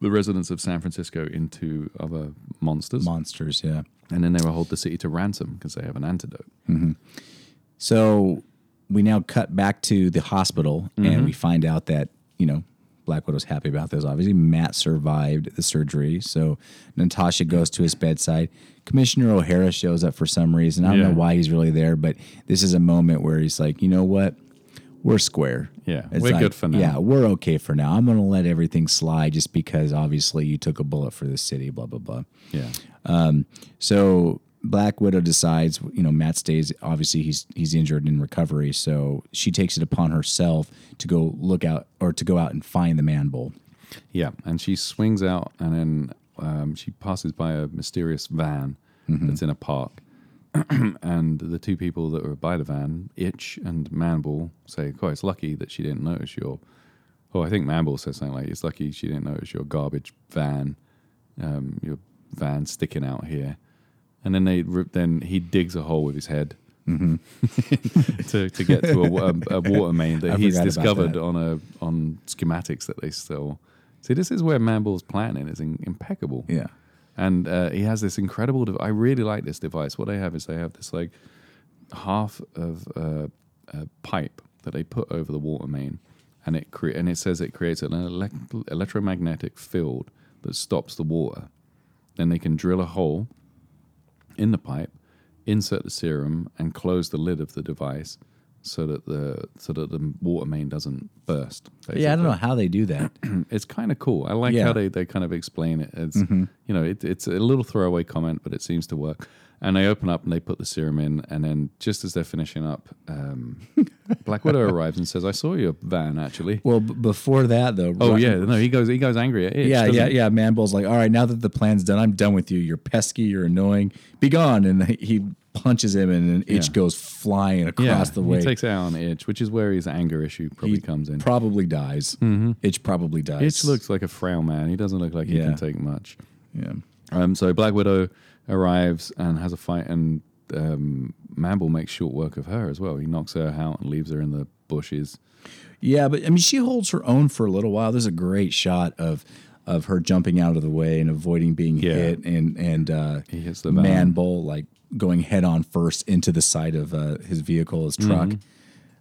A: the residents of San Francisco into other monsters.
B: Monsters, yeah.
A: and then they will hold the city to ransom because they have an antidote.
B: So we now cut back to the hospital
A: Mm-hmm.
B: and we find out that, you know, Black Widow's happy about this. Obviously, Matt survived the surgery. So Natasha goes to his bedside. Commissioner O'Hara shows up for some reason. I don't
A: Yeah.
B: know why he's really there, but this is a moment where he's like, you know what? We're square.
A: Yeah, we're good for now.
B: Yeah, we're okay for now. I'm going to let everything slide just because obviously you took a bullet for the city, blah, blah, blah.
A: Yeah.
B: So Black Widow decides, you know, Matt stays. Obviously, he's he's injured in recovery, so she takes it upon herself to go look out or to go out and find the man bull.
A: Yeah, and she swings out, and then um, she passes by a mysterious van
B: Mm-hmm.
A: that's in a park, and the two people that were by the van, Itch and Manbull, say, "Oh, it's lucky that she didn't notice your." Oh, I think Manbull says something like, "It's lucky she didn't notice your garbage van, um, your van sticking out here." And then they rip- then he digs a hole with his head to, to get to a, wa- a- a water main that
B: Mm-hmm. I
A: he's
B: forgot about
A: discovered
B: that.
A: on a on schematics that they still see. This is where Manbull's planning is in, impeccable,
B: Yeah.
A: and uh, he has this incredible. Dev- I really like this device. What they have is they have this like half of uh, a pipe that they put over the water main, and it cre- and it says it creates an elect- electromagnetic field that stops the water. Then they can drill a hole in the pipe, insert the serum, and close the lid of the device so that the so that the water main doesn't burst.
B: Yeah, I don't know how they do that.
A: It's kind of cool. I like
B: Yeah. Mm-hmm.
A: how they, they kind of explain it. It's you know it, it's a little throwaway comment, but it seems to work. And they open up and they put the serum in, and then just as they're finishing up, um, Black Widow arrives and says, "I saw your van actually."
B: Well, b- before that though.
A: Oh
B: Ru-
A: yeah, no, he goes he goes angry at it.
B: Yeah,
A: doesn't
B: yeah,
A: he?
B: yeah. Manbull's like, all right, now that the plan's done, I'm done with you. You're pesky. You're annoying. Be gone. And he punches him, and an itch
A: Yeah.
B: goes flying
A: Yeah,
B: across the way.
A: He takes it out on Itch, which is where his anger issue probably comes in.
B: Probably dies. Mm-hmm. Itch probably dies.
A: Itch looks like a frail man. He doesn't look like he
B: Yeah.
A: can take much.
B: Yeah.
A: Um, so Black Widow arrives and has a fight, and um, Mamble makes short work of her as well. He knocks her out and leaves her in the bushes.
B: Yeah, but I mean, she holds her own for a little while. There's a great shot of of her jumping out of the way and avoiding being
A: Yeah.
B: hit, and and uh,
A: He hits the van.
B: man bull like going head on first into the side of uh, his vehicle, his truck.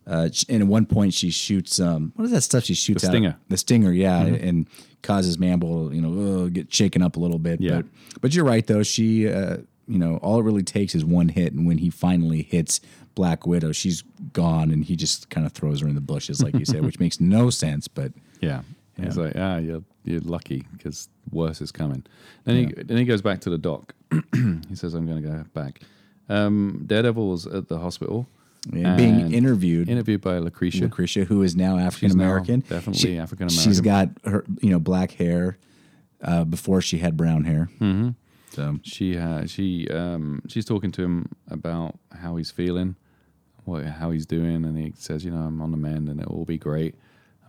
B: Uh, sh- and at one point, she shoots um, what is that stuff she shoots?
A: Mm-hmm. The
B: out-
A: stinger.
B: The stinger, yeah,
A: Mm-hmm.
B: and causes Manbull, you know, ugh, get shaken up a little bit.
A: Yeah.
B: But but you're right though. She, uh, you know, all it really takes is one hit, and when he finally hits Black Widow, she's gone, and he just kind of throws her in the bushes, like you said, which makes no sense. But
A: Yeah. He's like, ah, you're, you're lucky because worse is coming. Then, he, then he goes back to the dock. he says, I'm going to go back. Um, Daredevil's at the hospital.
B: being
A: and
B: interviewed,
A: interviewed by Lucretia.
B: Lucretia, who is now African American,
A: now definitely African-American.
B: She's got her, you know, black hair. Uh, before she had brown hair, mm-hmm. so
A: she uh, she um, she's talking to him about how he's feeling, what how he's doing, and he says, you know, I'm on the mend, and it will be great.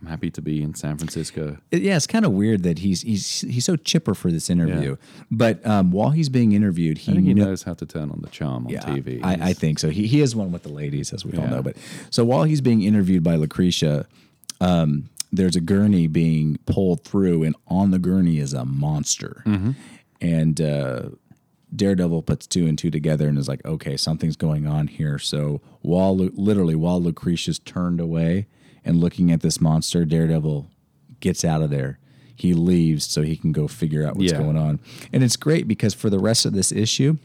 A: I'm happy to be in San Francisco.
B: It- yeah, it's kind of weird that he's he's he's so chipper for this interview. But um, while he's being interviewed, he,
A: I think he
B: kno-
A: knows how to turn on the charm on
B: yeah,
A: TV.
B: I, I think so. He he is one with the ladies, as we all
A: Yeah.
B: know. But so while he's being interviewed by Lucretia, um, there's a gurney being pulled through, and on the gurney is a monster.
A: Mm-hmm.
B: And uh, Daredevil puts two and two together and is like, okay, something's going on here. So while Lu- literally while Lucretia's turned away and looking at this monster, Daredevil gets out of there. He leaves so he can go figure out what's
A: Yeah.
B: going on. And it's great because for the rest of this issue,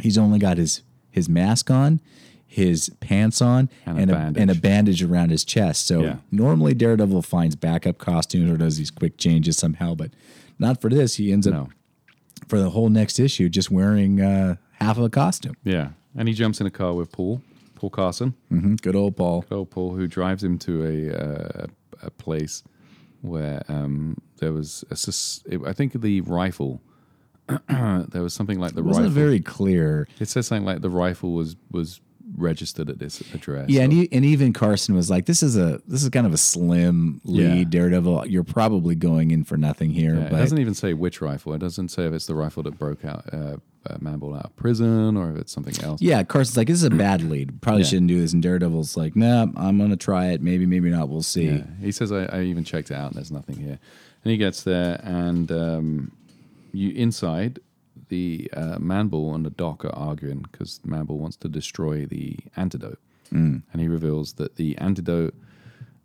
B: he's only got his his mask on, his pants on,
A: And
B: and,
A: a
B: a,
A: bandage.
B: and a bandage around his chest. So
A: Yeah.
B: normally Daredevil finds backup costumes or does these quick changes somehow, but not for this. He ends up
A: No.
B: for the whole next issue just wearing uh, half of a costume.
A: yeah, and he jumps in a car with Paul, Paul Carson,
B: Mm-hmm. Good old Paul.
A: Oh, Paul, who drives him to a uh, a place where um, there was a sus- I think the rifle. there was something like the
B: It wasn't
A: rifle.
B: very clear.
A: It says something like the rifle was was registered at this address.
B: Yeah, and, he, and even Carson was like, "This is a this is kind of a slim lead,
A: Yeah.
B: Daredevil. You're probably going in for nothing here."
A: Yeah, it
B: but
A: doesn't even say which rifle. It doesn't say if it's the rifle that broke out uh, uh, Manbull out of prison or if it's something else.
B: yeah, Carson's like, "This is a bad lead. Probably
A: Yeah.
B: shouldn't do this." And Daredevil's like, "Nah, I'm gonna try it. Maybe, maybe not. We'll see."
A: Yeah. He says, I, I even checked it out and there's nothing here. And he gets there and um, you inside, the uh, Manbull and the Doc are arguing because Manbull wants to destroy the antidote.
B: Mm.
A: And he reveals that the antidote,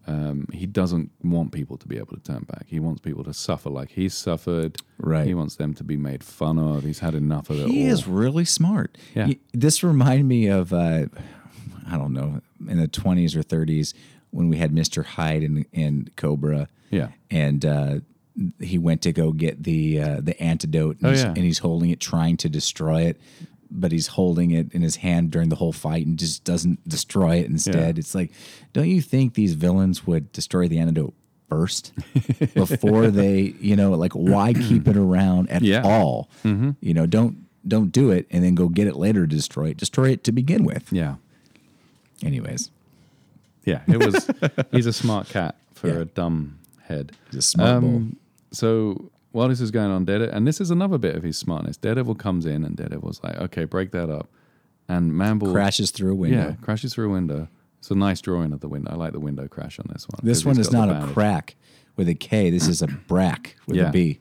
A: um, he doesn't want people to be able to turn back. He wants people to suffer like he's suffered.
B: Right.
A: He wants them to be made fun of. He's had enough of it
B: He
A: all.
B: is really smart.
A: Yeah.
B: Y- This reminded me of uh, I don't know in the 20s or 30s when we had Mr. Hyde and, and Cobra.
A: Yeah.
B: And uh, he went to go get the uh, the antidote and,
A: Oh,
B: he's,
A: yeah.
B: and he's holding it trying to destroy it. But he's holding it in his hand during the whole fight and just doesn't destroy it instead. It's like, don't you think these villains would destroy the antidote first before they, you know, like why keep it around at
A: Yeah. Mm-hmm.
B: all? You know, don't don't do it and then go get it later to destroy it. Destroy it to begin with.
A: Yeah.
B: Anyways,
A: Yeah, it was. he's a smart cat for
B: Yeah.
A: a dumb head.
B: He's a
A: Um,
B: smart bull.
A: So while this is going on, Daredevil, and this is another bit of his smartness. Daredevil comes in, and Daredevil's like, "Okay, break that up," and Manbull
B: crashes through a window.
A: Yeah, crashes through a window. It's a nice drawing of the window. I like the window crash on this one.
B: This
A: 'cause
B: one
A: he's
B: is
A: got
B: not
A: the
B: a
A: bandage.
B: crack with a K. This is a brack with
A: Yeah.
B: a B.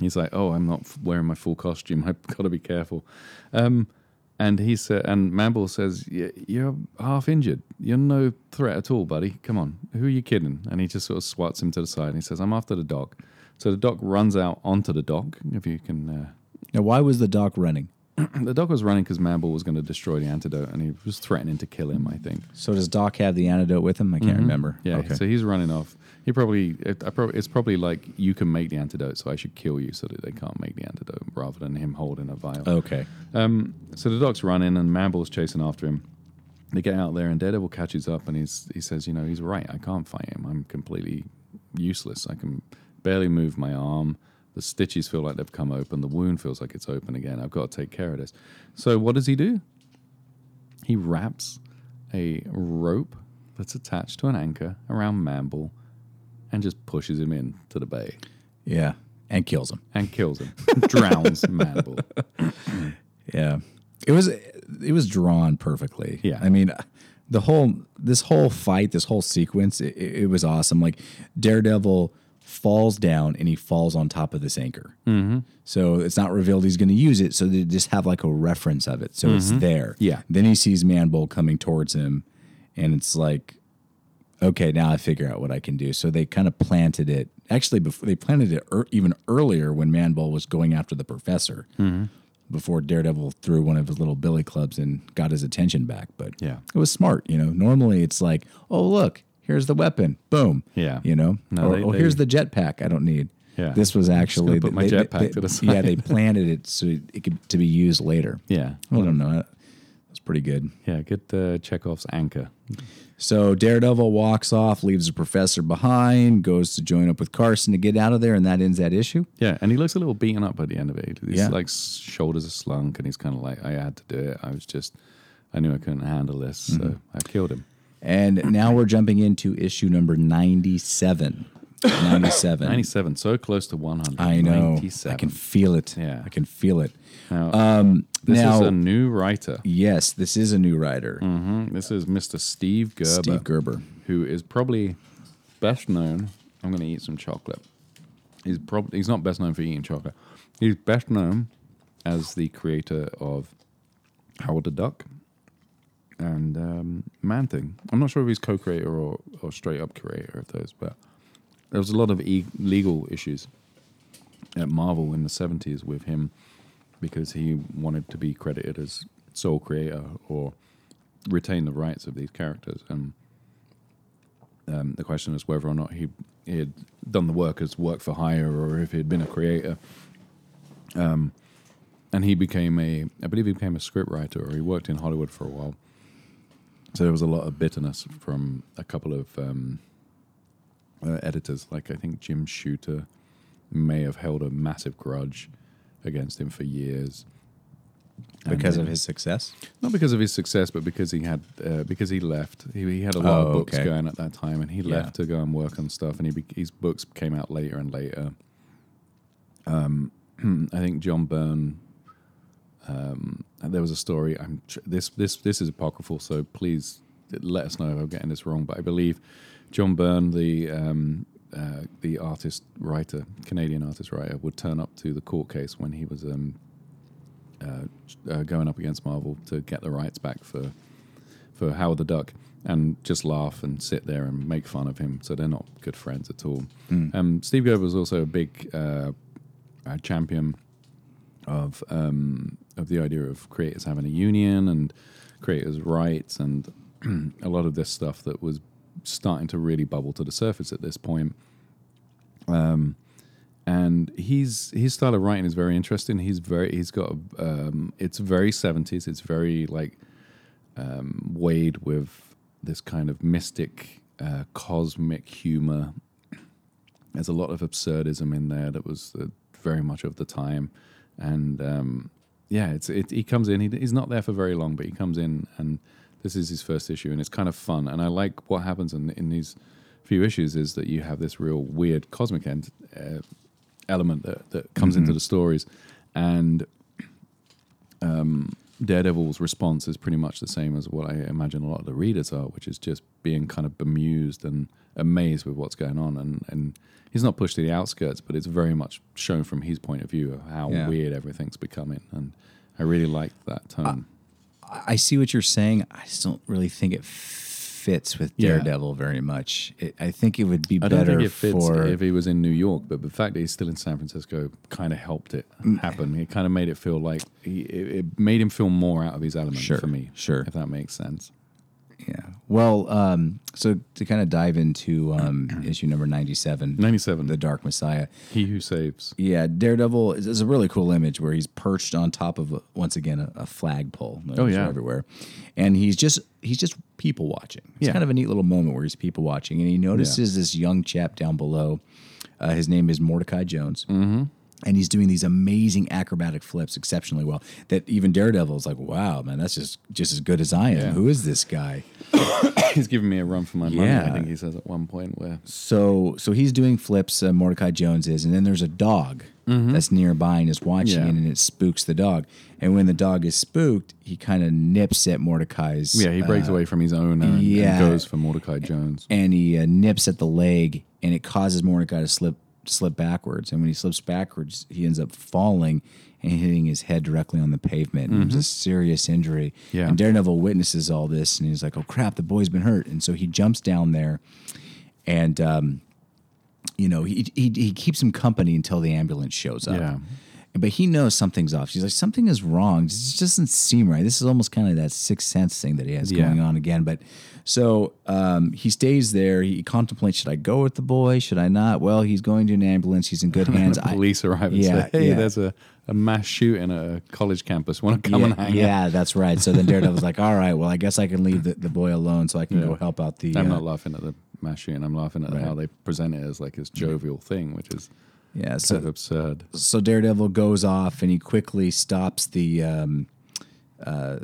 A: He's like, "Oh, I'm not f- wearing my full costume. I've got to be careful." Um, and he said, and Manbull says, "Y- "You're half injured. You're no threat at all, buddy. Come on, who are you kidding?" And he just sort of swats him to the side and he says, "I'm after the doc." So the doc runs out onto the dock. If you can, uh,
B: Now, why was the doc running?
A: the doc was running because Manbull was going to destroy the antidote, and he was threatening to kill him. I think.
B: So does Doc have the antidote with him? I can't remember.
A: Mm-hmm. Yeah,
B: Okay.
A: so he's running off. He probably, it, I prob- it's probably like you can make the antidote, so I should kill you so that they can't make the antidote, rather than him holding a vial.
B: okay.
A: Um, so the dog's running and Manbull's chasing after him. They get out there and Daredevil catches up and he's he says, you know, he's right. I can't fight him. I'm completely useless. I can barely move my arm. The stitches feel like they've come open. The wound feels like it's open again. I've got to take care of this. So what does he do? He wraps a rope that's attached to an anchor around Manbull and just pushes him into the bay
B: Yeah. And kills him.
A: and kills him. Drowns Manbull.
B: Yeah. It was it was drawn perfectly.
A: Yeah.
B: I mean, the whole this whole fight, this whole sequence, it, it it was awesome. Like Daredevil falls down and he falls on top of this anchor. Mm-hmm. So it's not revealed he's going to use it. So they just have like a reference of it. So it's there.
A: Mm-hmm. Yeah.
B: Then he sees Manbull coming towards him, and it's like, okay, now I figure out what I can do. So they kind of planted it. Actually, before they planted it ear even earlier when Manbull was going after the professor.
A: Mm-hmm.
B: Before Daredevil threw one of his little billy clubs and got his attention back, but
A: Yeah.
B: it was smart. You know, normally it's like, oh look, here's the weapon, boom,
A: Yeah.
B: you know,
A: No,
B: or,
A: they-
B: oh
A: they-
B: here's the jetpack I don't need.
A: Yeah.
B: this was actually
A: put my
B: they- they-
A: jetpack
B: they-
A: to the
B: Yeah,
A: side.
B: they planted it so it could to be used later.
A: Yeah.
B: I don't know. That was pretty good.
A: Yeah, get uh, Chekhov's anchor.
B: So Daredevil walks off, leaves the professor behind, goes to join up with Carson to get out of there, and that ends that issue.
A: Yeah, and he looks a little beaten up by the end of it. His
B: Yeah.
A: like s- shoulders are slunk, and he's kind of like, "I had to do it. I was just, I knew I couldn't handle this, so
B: Mm-hmm.
A: I killed him."
B: And now we're jumping into issue number 97. 97.
A: Ninety-seven, so close to one hundred.
B: I know. I
A: 97.
B: can feel it.
A: Yeah.
B: I can feel it. Um,
A: now, this
B: Now,
A: is a new writer.
B: yes, this is a new writer,
A: Mhm, This is Mr. Steve Gerber,
B: Steve Gerber.
A: who is probably best known. I'm going to eat some chocolate. He's probably he's not best known for eating chocolate. He's best known as the creator of Howard the Duck and um, Man Thing. I'm not sure if he's co-creator or, or straight up creator of those, but there was a lot of e- legal issues at Marvel in the 70s with him because he wanted to be credited as sole creator or retain the rights of these characters. And um, the question is whether or not he, he had done the work as work for hire or if he had been a creator. Um, and he became a, I believe he became a scriptwriter or he worked in Hollywood for a while. So there was a lot of bitterness from a couple of um, uh, editors. Like I think Jim Shooter may have held a massive grudge against him for years.
B: Because
A: uh,
B: of his success?
A: Not because of his success, but because he had uh, because he left. He, he had a lot
B: Oh,
A: of books
B: okay.
A: going at that time, and he
B: Yeah.
A: left to go and work on stuff. And he be, his books came out later and later. Um, I think John Byrne. Um, there was a story. I'm tr- this this this is apocryphal, so please let us know if I'm getting this wrong. But I believe John Byrne, the um, uh, the artist writer, Canadian artist writer, would turn up to the court case when he was um, uh, going up against Marvel to get the rights back for for Howard the Duck and just laugh and sit there and make fun of him. So they're not good friends at all. Um, Steve Gerber was also a big uh, uh, champion of um, of the idea of creators having a union and creators' rights and a lot of this stuff that was starting to really bubble to the surface at this point Um, and he's his style of writing is very interesting. He's very he's got um, it's very seventies. It's very like um, weighed with this kind of mystic, uh, cosmic humor there's a lot of absurdism in there that was uh, very much of the time, and um, yeah, it's it, he comes in. He, he's not there for very long, but he comes in, and this is his first issue, and it's kind of fun. And I like what happens in in these few issues is that you have this real weird cosmic end, uh, element that that comes into the stories, and um, Daredevil's response is pretty much the same as what I imagine a lot of the readers are, which is just being kind of bemused and amazed with what's going on, and and he's not pushed to the outskirts, but it's very much shown from his point of view of how
B: Yeah.
A: weird everything's becoming, and I really like that tone.
B: I I see what you're saying. I just don't really think it fits with
A: Yeah.
B: Daredevil very much. It, I think it would be
A: I
B: better
A: don't think it fits
B: for
A: if he was in New York, but the fact that he's still in San Francisco kind of helped it
B: Mm.
A: happen. It kind of made it feel like he, it, it made him feel more out of his element
B: Sure,
A: for me.
B: sure.
A: if that makes sense.
B: yeah. Well, um, so to kind of dive into um, issue number ninety-seven,
A: Ninety-seven,
B: the Dark Messiah.
A: he who saves.
B: Yeah, Daredevil is, is a really cool image where he's perched on top of once again a, a flagpole. Those
A: Oh,
B: are
A: yeah.
B: everywhere, and he's just he's just people watching. It's
A: Yeah.
B: kind of a neat little moment where he's people watching, and he notices this young chap down below. Uh, his name is Mordecai Jones, mm-hmm. and he's doing these amazing acrobatic flips exceptionally well. That even Daredevil is like, "Wow, man, that's just just as good as I am.
A: Yeah.
B: Who is this guy?"
A: he's giving me a run for my money.
B: Yeah.
A: I think he says at one point where
B: So so he's doing flips. Uh, Mordecai Jones is, and then there's a dog that's nearby and is watching
A: Mm-hmm. Yeah.
B: it, and it spooks the dog. And when the dog is spooked, he kind of nips at Mordecai's.
A: yeah he breaks
B: uh,
A: away from his owner and,
B: yeah.
A: and goes for Mordecai Jones.
B: and he uh, nips at the leg, and it causes Mordecai to slip slip backwards. And when he slips backwards, he ends up falling and hitting his head directly on the pavement. It was a serious injury.
A: Mm-hmm. Yeah.
B: And Daredevil witnesses all this, and he's like, "Oh crap, the boy's been hurt." And so he jumps down there, and um, you know, he, he he keeps him company until the ambulance shows up.
A: Yeah.
B: But he knows something's off. She's like, something is wrong. This doesn't seem right. This is almost kind of that sixth sense thing that he has
A: Yeah.
B: going on again. But so um, he stays there. He contemplates: Should I go with the boy? Should I not? Well, he's going to an ambulance. He's in good
A: And
B: hands.
A: the
B: I-
A: police arrive and
B: yeah,
A: say, "Hey,
B: yeah.
A: there's a, a mass shooting at a college campus. Want to come and
B: yeah,
A: hang out?"
B: yeah, that's right. So then Daredevil's like, "All right, well, I guess I can leave the, the boy alone, so I can go help out the."
A: I'm
B: uh,
A: not laughing at the mass shooting. I'm laughing at how they present it as like this jovial thing, which is
B: yeah,
A: so
B: so
A: absurd.
B: so Daredevil goes off and he quickly stops the um, uh,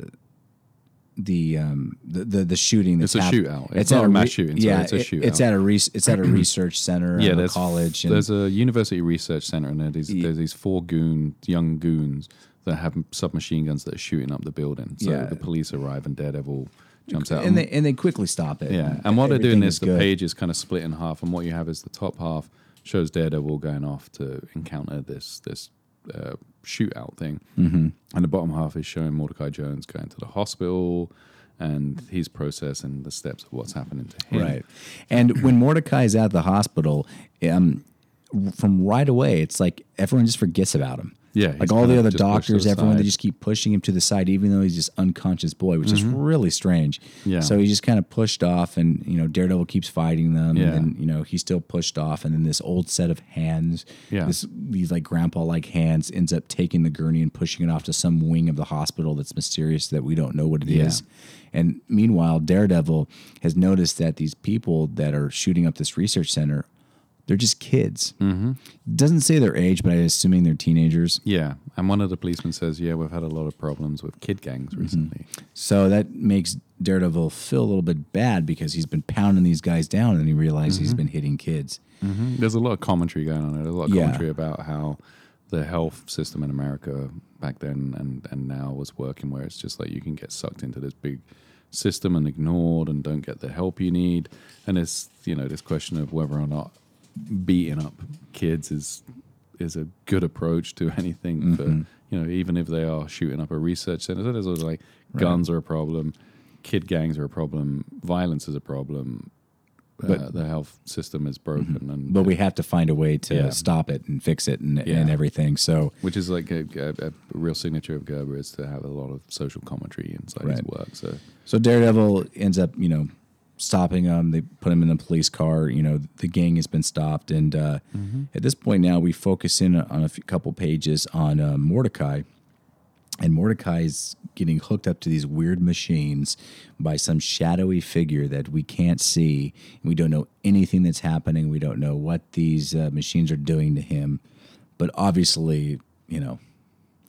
B: the, um, the the the shooting. That's
A: It's a
B: hap-
A: shootout. It's not a mass shooting, sorry,
B: Yeah,
A: it's a
B: it-
A: shootout.
B: It's at a re- it's at a research center. yeah, a
A: there's
B: college. And,
A: there's a university research center, and there's, there's these four goon, young goons that have submachine guns that are shooting up the building. So
B: Yeah.
A: the police arrive, and Daredevil jumps out.
B: and they and they quickly stop it.
A: Um, Yeah, and while they're doing
B: everything
A: this,
B: is
A: the
B: good.
A: page is kind of split in half, and what you have is the top half shows Daredevil going off to encounter this this uh, shootout thing, mm-hmm. and the bottom half is showing Mordecai Jones going to the hospital and his process and the steps of what's happening to him.
B: Right. And when Mordecai is at the hospital, um, from right away, it's like everyone just forgets about him.
A: Yeah,
B: Like
A: he's
B: all
A: kind
B: the
A: of
B: other
A: just pushed to
B: doctors,
A: the
B: everyone, they
A: side.
B: just keep pushing him to the side, even though he's just unconscious boy, which is really strange.
A: Mm-hmm. Yeah.
B: So he's just kind of pushed off, and, you know, Daredevil keeps fighting them.
A: Yeah.
B: And then, you know, he's still pushed off. And then this old set of hands,
A: Yeah.
B: this, these like grandpa like hands, ends up taking the gurney and pushing it off to some wing of the hospital that's mysterious that we don't know what it is.
A: Yeah.
B: And meanwhile, Daredevil has noticed that these people that are shooting up this research center, they're just kids. Mm-hmm. Doesn't say their age, but I'm assuming they're teenagers.
A: Yeah, and one of the policemen says, "Yeah, we've had a lot of problems with kid gangs recently."
B: So that makes Daredevil feel a little bit bad because he's been pounding these guys down and he realized
A: Mm-hmm.
B: he's been hitting kids.
A: There's a lot of commentary going on. There's a lot of
B: Yeah.
A: commentary about how the health system in America back then and, and now was working, where it's just like you can get sucked into this big system and ignored and don't get the help you need. And it's, you know, this question of whether or not beating up kids is is a good approach to anything for,
B: Mm-hmm.
A: you know, even if they are shooting up a research center. So there's always like guns are a problem, kid gangs are a problem, violence is a problem. But
B: But- Mm-hmm.
A: the health system is broken, and
B: But we have to find a way to
A: Yeah.
B: stop it and fix it and,
A: Yeah.
B: and everything. So
A: which is like a, a, a real signature of Gerber is to have a lot of social commentary inside his
B: Right.
A: work. So
B: So Daredevil ends up, you know, stopping him. They put him in the police car. You know, the gang has been stopped, and uh, at this point now, we focus in on a few, couple pages on uh, Mordecai, and Mordecai's getting hooked up to these weird machines by some shadowy figure that we can't see. We don't know anything that's happening. We don't know what these uh, machines are doing to him. But obviously, you know,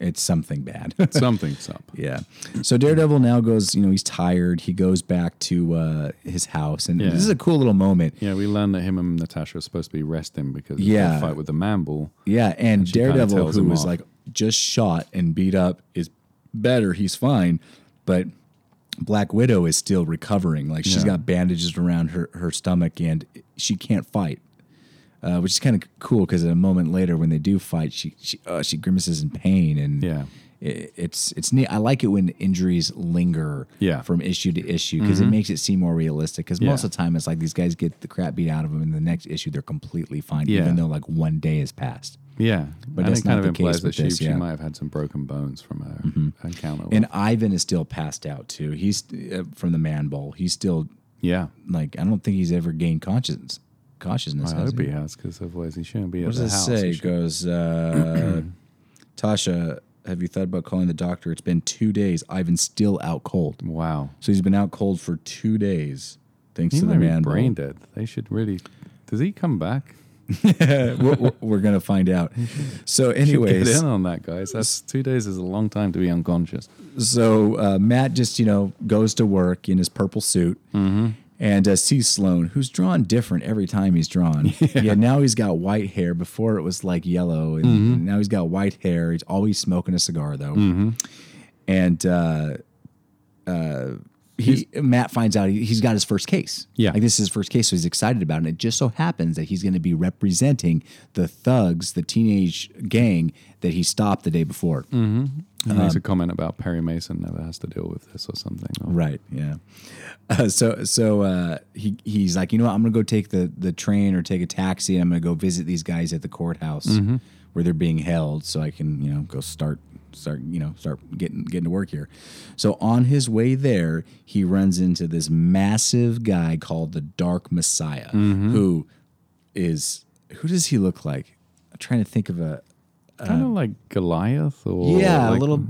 B: it's something bad.
A: Something's up.
B: yeah. So Daredevil now goes, you know, he's tired. He goes back to uh, his house. And this is a cool little moment.
A: Yeah, we learned that him and Natasha are supposed to be resting because of
B: Yeah.
A: the fight with the man bull.
B: Yeah, and,
A: kinda
B: Daredevil,
A: tells
B: who
A: him
B: was
A: off.
B: like just shot and beat up, is better. He's fine, but Black Widow is still recovering. Like she's
A: Yeah.
B: got bandages around her her stomach, and she can't fight. Uh, which is kind of cool because a moment later, when they do fight, she she, uh, she grimaces in pain, and
A: Yeah.
B: i- it's it's neat. I like it when injuries linger
A: Yeah. Mm-hmm.
B: from issue to issue because it makes it seem more realistic. Because most of the time, it's like these guys get the crap beat out of them, and the next issue they're completely fine,
A: Yeah.
B: even though like one day has passed.
A: Yeah, but and
B: that's
A: it kind
B: not
A: of
B: the
A: implies
B: case
A: that
B: with
A: she,
B: this,
A: she
B: yeah.
A: might have had some broken bones from her encounter. with-
B: And Ivan is still passed out too. He's uh, from the man bowl. He's still
A: yeah,
B: like I don't think he's ever gained consciousness. Consciousness.
A: I
B: has
A: hope he has because otherwise he shouldn't be at
B: What
A: the
B: does it
A: house.
B: say?
A: He
B: It
A: should-
B: goes, uh, Tasha, have you thought about calling the doctor? It's been two days. Ivan's still out cold.
A: wow,
B: So he's been out cold for two days. Thanks
A: he
B: to the
A: might be
B: man
A: brain
B: bowl.
A: dead. They should really. Does he come back?
B: we're, we're- we're gonna find out. So,
A: Get
B: anyways,
A: in on that, guys. That's two days is a long time to be unconscious.
B: so uh, Matt just you know goes to work in his purple suit and uh, sees Sloan, who's drawn different every time he's drawn. Yeah. now he's got white hair. Before it was like yellow, and now he's got white hair. He's always smoking a cigar though, and. Uh, he, Matt finds out he, he's got his first case.
A: Yeah.
B: Like this is his first case, so he's excited about it. And it just so happens that he's going to be representing the thugs, the teenage gang that he stopped the day before.
A: He makes a comment about Perry Mason never has to deal with this or something. Or-
B: Right. Yeah. Uh, so so uh, he he's like, you know what? I'm gonna go take the the train or take a taxi, and I'm gonna go visit these guys at the courthouse
A: Mm-hmm.
B: where they're being held, so I can you know go start start you know start getting getting to work here. So on his way there, he runs into this massive guy called the Dark Messiah,
A: Mm-hmm.
B: who is who does he look like? I'm trying to think of a
A: kind of like Goliath, or
B: yeah
A: like-
B: a little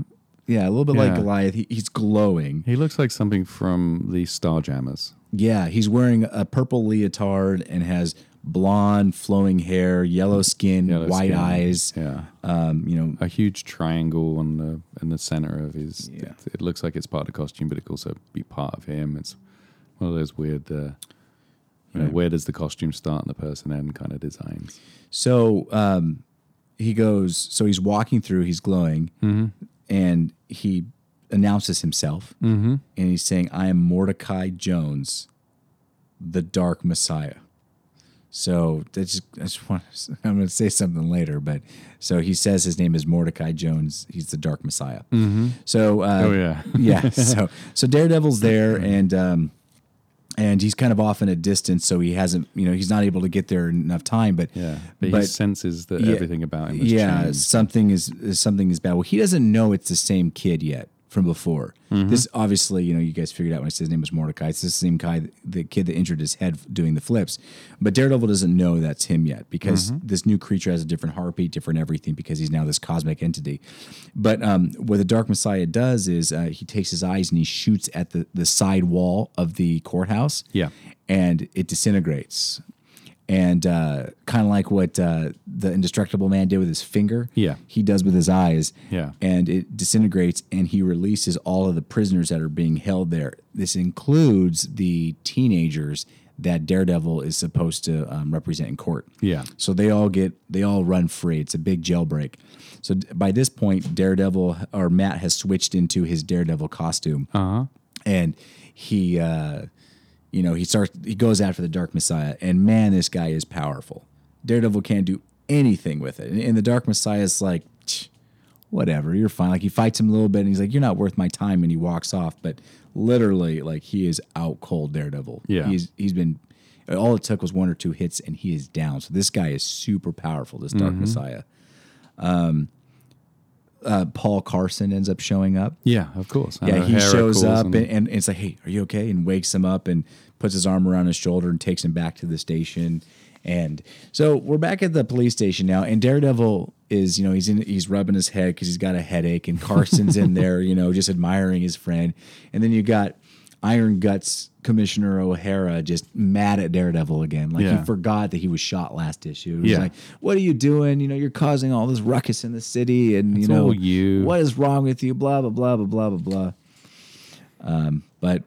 B: yeah a little bit like
A: Yeah.
B: Goliath. He, he's glowing.
A: He looks like something from the Starjammers.
B: Yeah, he's wearing a purple leotard and has blonde flowing hair, yellow skin,
A: Yellow
B: white
A: skin.
B: eyes.
A: Yeah,
B: Um, you know,
A: a huge triangle on the in the center of his. It, it looks like it's part of the costume, but it could also be part of him. It's one of those weird. Uh, you know, where does the costume start and the person end kind of designs?
B: so um, he goes. So he's walking through. He's glowing,
A: Mm-hmm.
B: and he announces himself, mm-hmm. and he's saying, "I am Mordecai Jones, the Dark Messiah." So that's just, I just want to, I'm going to say something later, but so he says his name is Mordecai Jones. He's the Dark Messiah. So uh,
A: Oh yeah,
B: yeah. So so Daredevil's there and um and he's kind of off in a distance, so he hasn't you know, he's not able to get there in enough time, but
A: yeah. But, he senses that
B: yeah,
A: everything about him. Has
B: yeah,
A: changed.
B: something is is- something is bad. Well, he doesn't know it's the same kid yet from before.
A: Mm-hmm.
B: This obviously, you know, you guys figured out when I said his name was Mordecai. It's the same guy, the kid that injured his head doing the flips. But Daredevil doesn't know that's him yet because
A: Mm-hmm.
B: this new creature has a different heartbeat, different everything because he's now this cosmic entity. But um, what the Dark Messiah does is uh, he takes his eyes and he shoots at the the side wall of the courthouse.
A: Yeah.
B: and it disintegrates and uh, kind of like what uh, the indestructible man did with his finger.
A: Yeah.
B: he does with his eyes.
A: Yeah.
B: and it disintegrates, and he releases all of the prisoners that are being held there. This includes the teenagers that Daredevil is supposed to um, represent in court.
A: Yeah.
B: So they all get they all run free. It's a big jailbreak. So d- by this point, Daredevil or Matt has switched into his Daredevil costume,
A: Uh-huh.
B: and he, uh, you know, he starts he goes after the Dark Messiah, and man, this guy is powerful. Daredevil can't do anything with it, and, and the Dark Messiah's like. "Tch, Whatever, you're fine. Like he fights him a little bit, and he's like, "You're not worth my time," and he walks off. But literally, like he is out cold, Daredevil.
A: Yeah.
B: he's he's been all it took was one or two hits and he is down. So this guy is super powerful, this Dark Messiah. Um, uh, Paul Carson ends up showing up.
A: yeah, of course. And
B: Yeah, he
A: O'Hara
B: shows
A: calls
B: up and,
A: and-
B: and it's like, hey, are you okay? And wakes him up and puts his arm around his shoulder and takes him back to the station. And so we're back at the police station now, and Daredevil is you know he's in he's rubbing his head because he's got a headache, and Carson's in there, you know, just admiring his friend, and then you got Iron Guts Commissioner O'Hara just mad at Daredevil again, like
A: Yeah.
B: he forgot that he was shot last issue. It was
A: Yeah.
B: like, what are you doing? You know, you're causing all this ruckus in the city, and you
A: It's
B: know,
A: all you.
B: what is wrong with you? Blah blah blah blah blah blah blah. Um, but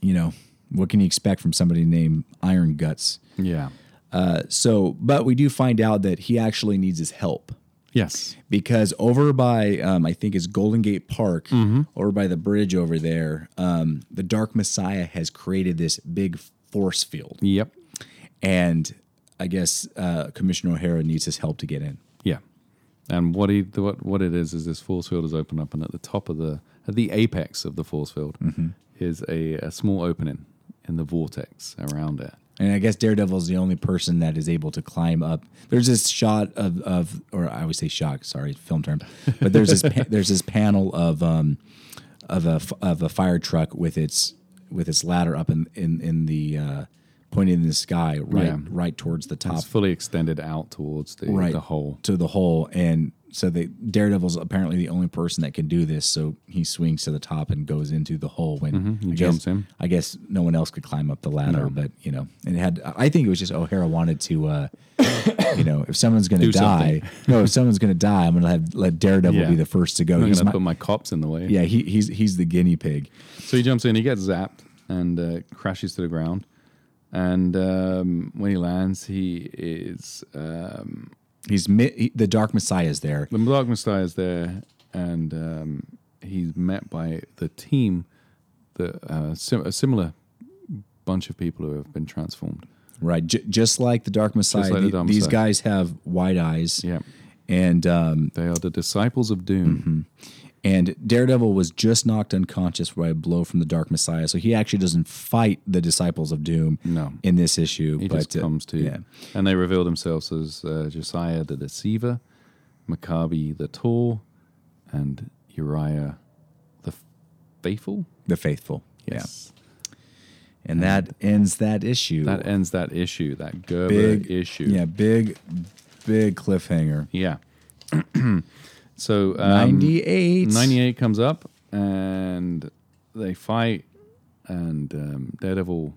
B: you know, what can you expect from somebody named Iron Guts?
A: Yeah.
B: Uh, so, but we do find out that he actually needs his help
A: Yes.
B: because over by, um, I think it's Golden Gate Park, over by the bridge over there, um, the Dark Messiah has created this big force field.
A: Yep.
B: And I guess uh, Commissioner O'Hara needs his help to get in.
A: Yeah. And what he what what it is is this force field is opened up, and at the top of the at the apex of the force field
B: Mm-hmm.
A: is a, a small opening in the vortex around it.
B: And I guess Daredevil is the only person that is able to climb up. There's this shot of, of or I would say shock, sorry, film term, but there's this pa- there's this panel of um of a f- of a fire truck with its with its ladder up in in in the uh, pointing in the sky right
A: Yeah.
B: right towards the top
A: It's fully extended out towards the
B: right
A: the hole.
B: to the hole and so the Daredevil's apparently the only person that can do this. So he swings to the top and goes into the hole when I
A: Mm-hmm. jumps
B: guess,
A: in.
B: I guess no one else could climb up the ladder, but you know, and it had. I think it was just O'Hara wanted to, uh, you know, if someone's going to
A: Do
B: die, no, if someone's going to die, I'm going to have let Daredevil
A: Yeah.
B: be the first to go.
A: I'm
B: He's
A: gonna
B: my,
A: put my cops in the way.
B: yeah, he, he's he's the guinea pig.
A: So he jumps in, he gets zapped and uh, crashes to the ground. And um, when he lands, he is um,
B: He's mi- he, the Dark Messiah's there.
A: the Dark Messiah is there, and um, he's met by the team, the uh, sim- a similar bunch of people who have been transformed.
B: Right. J- just like the Dark Messiah,
A: like the
B: the-
A: Dark
B: these
A: Messiah.
B: guys have wide eyes.
A: Yeah.
B: And um,
A: They are the disciples of doom.
B: Mm-hmm. and Daredevil was just knocked unconscious by a blow from the Dark Messiah, so he actually doesn't fight the Disciples of Doom.
A: No.
B: in this issue,
A: He
B: but
A: just
B: uh,
A: comes to,
B: yeah.
A: and they reveal themselves as uh, Josiah the Deceiver, Maccabi the Tall, and Uriah the Faithful.
B: the faithful. Yeah, and that ends that issue.
A: That ends that issue. That Gerber
B: big
A: issue.
B: Yeah, big, big cliffhanger.
A: Yeah. so um,
B: Ninety eight.
A: 98 comes up and they fight and um, daredevil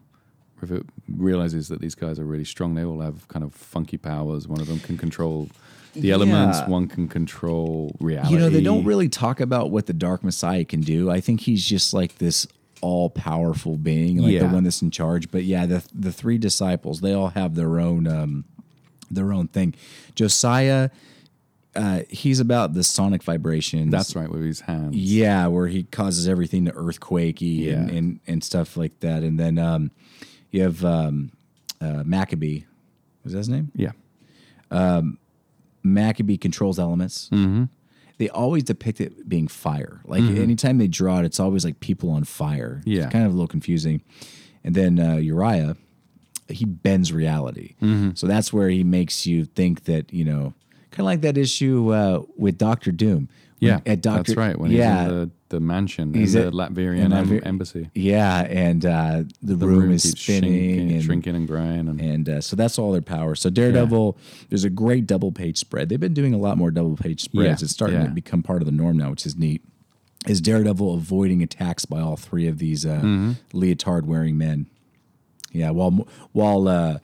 A: rev- realizes that these guys are really strong they all have kind of funky powers one of them can control the elements
B: Yeah.
A: one can control reality
B: You know, they don't really talk about what the Dark Messiah can do. I think he's just like this all powerful being, like the
A: Yeah.
B: one that's in charge. But yeah, the the three disciples, they all have their own um their own thing. Josiah, uh, he's about the sonic vibrations.
A: that's right with his hands
B: Yeah, where he causes everything to earthquakey and,
A: Yeah.
B: and and stuff like that. And then um, you have um, uh, Maccabee. Was that his name?
A: yeah
B: Maccabee controls elements.
A: Mm-hmm.
B: They always depict it being fire. Like anytime they draw it, it's always like people on fire.
A: Yeah.
B: It's kind of a little confusing. And then uh, Uriah, he bends reality.
A: Mm-hmm.
B: So that's where he makes you think that, you know, kind of like that issue uh, with Doctor Doom.
A: yeah
B: At Doctor,
A: that's right when he's in the, the mansion in
B: He's
A: the
B: at-
A: latvian
B: in
A: em-
B: Latvi-
A: embassy
B: Yeah, and uh, the, room, is
A: keeps
B: spinning
A: shrinking,
B: and
A: shrinking and growing and
B: and uh, so that's all their power. So Daredevil, there's a great double page spread. They've been doing a lot more double page spreads.
A: Yeah,
B: It's starting
A: yeah.
B: to become part of the norm now, which is neat. Is Daredevil avoiding attacks by all three of these uh,
A: Mm-hmm.
B: leotard wearing men? Yeah, while while uh,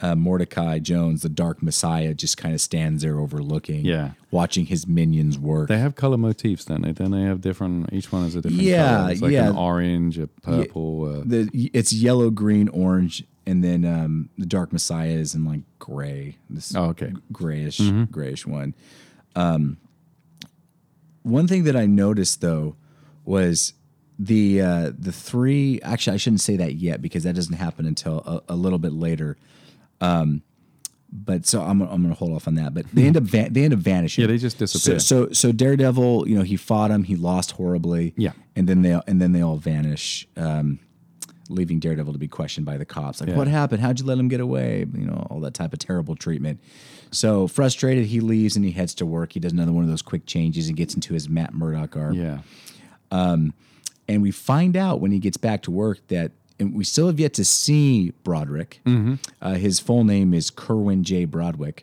B: uh, Mordecai Jones, the Dark Messiah, just kind of stands there overlooking,
A: Yeah.
B: watching his minions work.
A: They have color motifs, don't they? Then they have different. Each one is a different
B: Yeah,
A: color. It's like
B: yeah.
A: an orange, a purple. Uh,
B: the it's yellow, green, orange, and then um, the Dark Messiah is in like gray. This
A: oh, okay. Mm-hmm.
B: grayish grayish one. Um, one thing that I noticed though was the uh, the three. Actually, I shouldn't say that yet because that doesn't happen until a, a little bit later. Um, but so I'm, I'm gonna hold off on that. But they end up van- they end up vanishing.
A: Mm-hmm. Yeah, they just
B: so,
A: disappear.
B: so so Daredevil, you know, he fought him. He lost horribly.
A: Yeah.
B: and then they and then they all vanish. Um, leaving Daredevil to be questioned by the cops. Like, what happened? How'd you let him get away? You know, all that type of terrible treatment. So frustrated, he leaves and he heads to work. He does another one of those quick changes and gets into his Matt Murdock arm.
A: yeah,
B: And we find out when he gets back to work that. And we still have yet
A: Mm-hmm.
B: to see Broderick. Uh, his full name is Kerwin J. Broderick.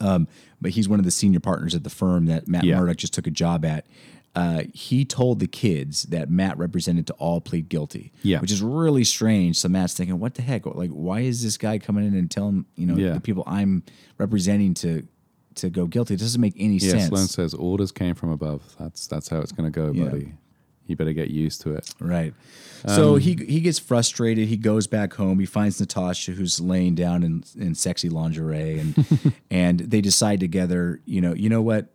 B: but he's one of the senior partners at the firm that Matt
A: Yeah.
B: Murdock just took a job at. Uh, he told the kids that Matt represented to all plead guilty,
A: Yeah.
B: which is really strange. So Matt's thinking, what the heck? Like, why is this guy coming in and telling you know
A: Yeah.
B: the people I'm representing to to go guilty? It doesn't make any
A: Yeah,
B: sense,
A: Sloan says orders came from above. That's that's how it's going to go,
B: Yeah.
A: buddy. You better get used to it.
B: right? So
A: Um,
B: he he gets frustrated. He goes back home. He finds Natasha, who's laying down in in sexy lingerie, and and they decide together. You know, you know what?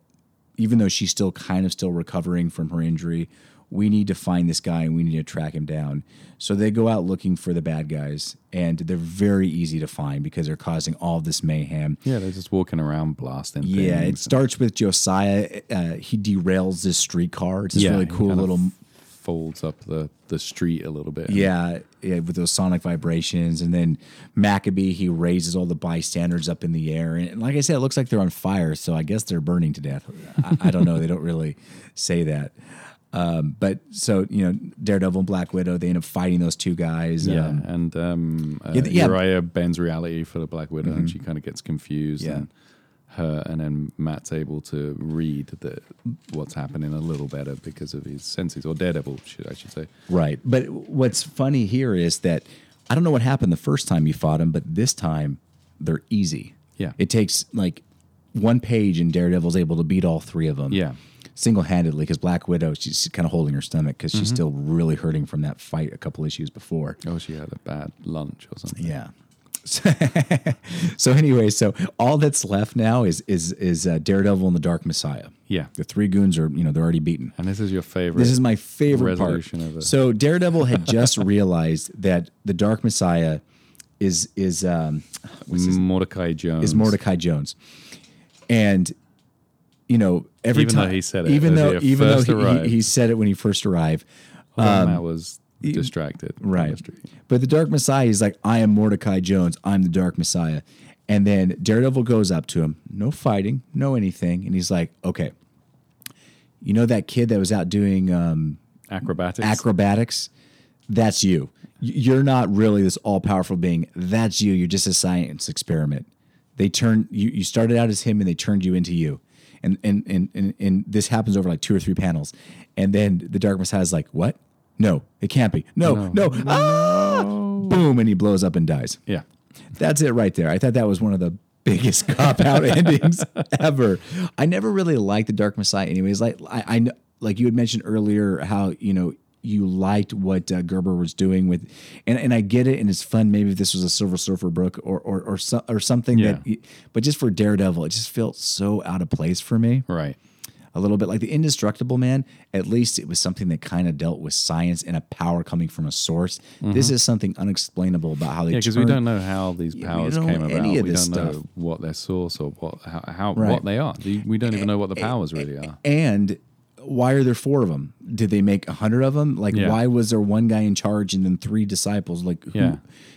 B: even though she's still kind of still recovering from her injury, we need to find this guy and we need to track him down. So they go out looking for the bad guys, and they're very easy to find because they're causing all this mayhem.
A: Yeah, they're just walking around blasting.
B: Yeah, it
A: things.
B: starts with Josiah. Uh, he derails this streetcar. It's this really
A: he
B: cool
A: kind of
B: little.
A: folds up the the street a little bit.
B: Yeah, yeah, with those sonic vibrations, and then Maccabee he raises all the bystanders up in the air, and like I said, it looks like they're on fire. So I guess they're burning to death. I, I don't know; they don't really say that. Um, but so you know, Daredevil and Black Widow they end up fighting those two guys.
A: Yeah,
B: um,
A: and um, uh,
B: Yeah, th- yeah.
A: Uriah bends reality for the Black Widow, and she kind of gets confused.
B: Yeah.
A: And her, and then Matt's able to read that what's happening a little better because of his senses, or Daredevil, should I should say.
B: right. But what's funny here is that I don't know what happened the first time you fought them, but this time they're easy.
A: Yeah.
B: it takes like one page, and Daredevil's able to beat all three of them.
A: Yeah.
B: single-handedly because Black Widow she's kind of holding her stomach because
A: Mm-hmm.
B: she's still really hurting from that fight a couple issues before.
A: Oh, she had a bad lunch or something.
B: Yeah. So, so anyway, so all that's left now is is is uh, Daredevil and the Dark Messiah.
A: Yeah.
B: The three goons are you know they're already beaten.
A: And this is your favorite.
B: This is my favorite part.
A: Resolution of a-
B: So Daredevil had just realized that the Dark Messiah is is um,
A: Mordecai Jones.
B: is Mordecai Jones, and you know every
A: Even though
B: time
A: he said it
B: even
A: as
B: though
A: he
B: even though
A: first
B: he,
A: arrived.
B: he, he said it when he first arrived,
A: Although Matt was distracted. from the
B: um, right?
A: street.
B: But the Dark Messiah is like, I am Mordecai Jones. I'm the Dark Messiah, and then Daredevil goes up to him, no fighting, no anything, and he's like, okay, you know that kid that was out doing um,
A: Acrobatics.
B: acrobatics, that's you. Y- You're not really this all powerful being. That's you. You're just a science experiment. They turned you. You started out as him, and they turned you into you. And and and and, and this happens over like two or three panels, and then the Dark Messiah is like, "What? No, it can't be. No, no, ah! Boom!" And he blows up and dies.
A: yeah.
B: That's it right there. I thought that was one of the biggest cop out endings ever. I never really liked the Dark Messiah, anyways. Like I, I kn- like you had mentioned earlier how you know you liked what uh, Gerber was doing with, and and I get it, and it's fun. Maybe if this was a Silver Surfer book or or or, so, or something
A: Yeah.
B: that, but just for Daredevil, it just felt so out of place for me
A: Right.
B: a little bit like the indestructible man at least it was something that kind of dealt with science and a power coming from a source this is something unexplainable about how they
A: Mm-hmm. Yeah, because we don't
B: turned-
A: know how these
B: we
A: powers
B: don't know
A: came about.
B: any of
A: we
B: this
A: don't know
B: stuff.
A: what their source or what how, how
B: Right. Eh,
A: what they are. The- We don't even know what the powers really are.
B: And why are there four of them? Did they make a hundred of them? Like,
A: Yeah.
B: why was there one guy in charge and then three disciples? Like, who,
A: Yeah.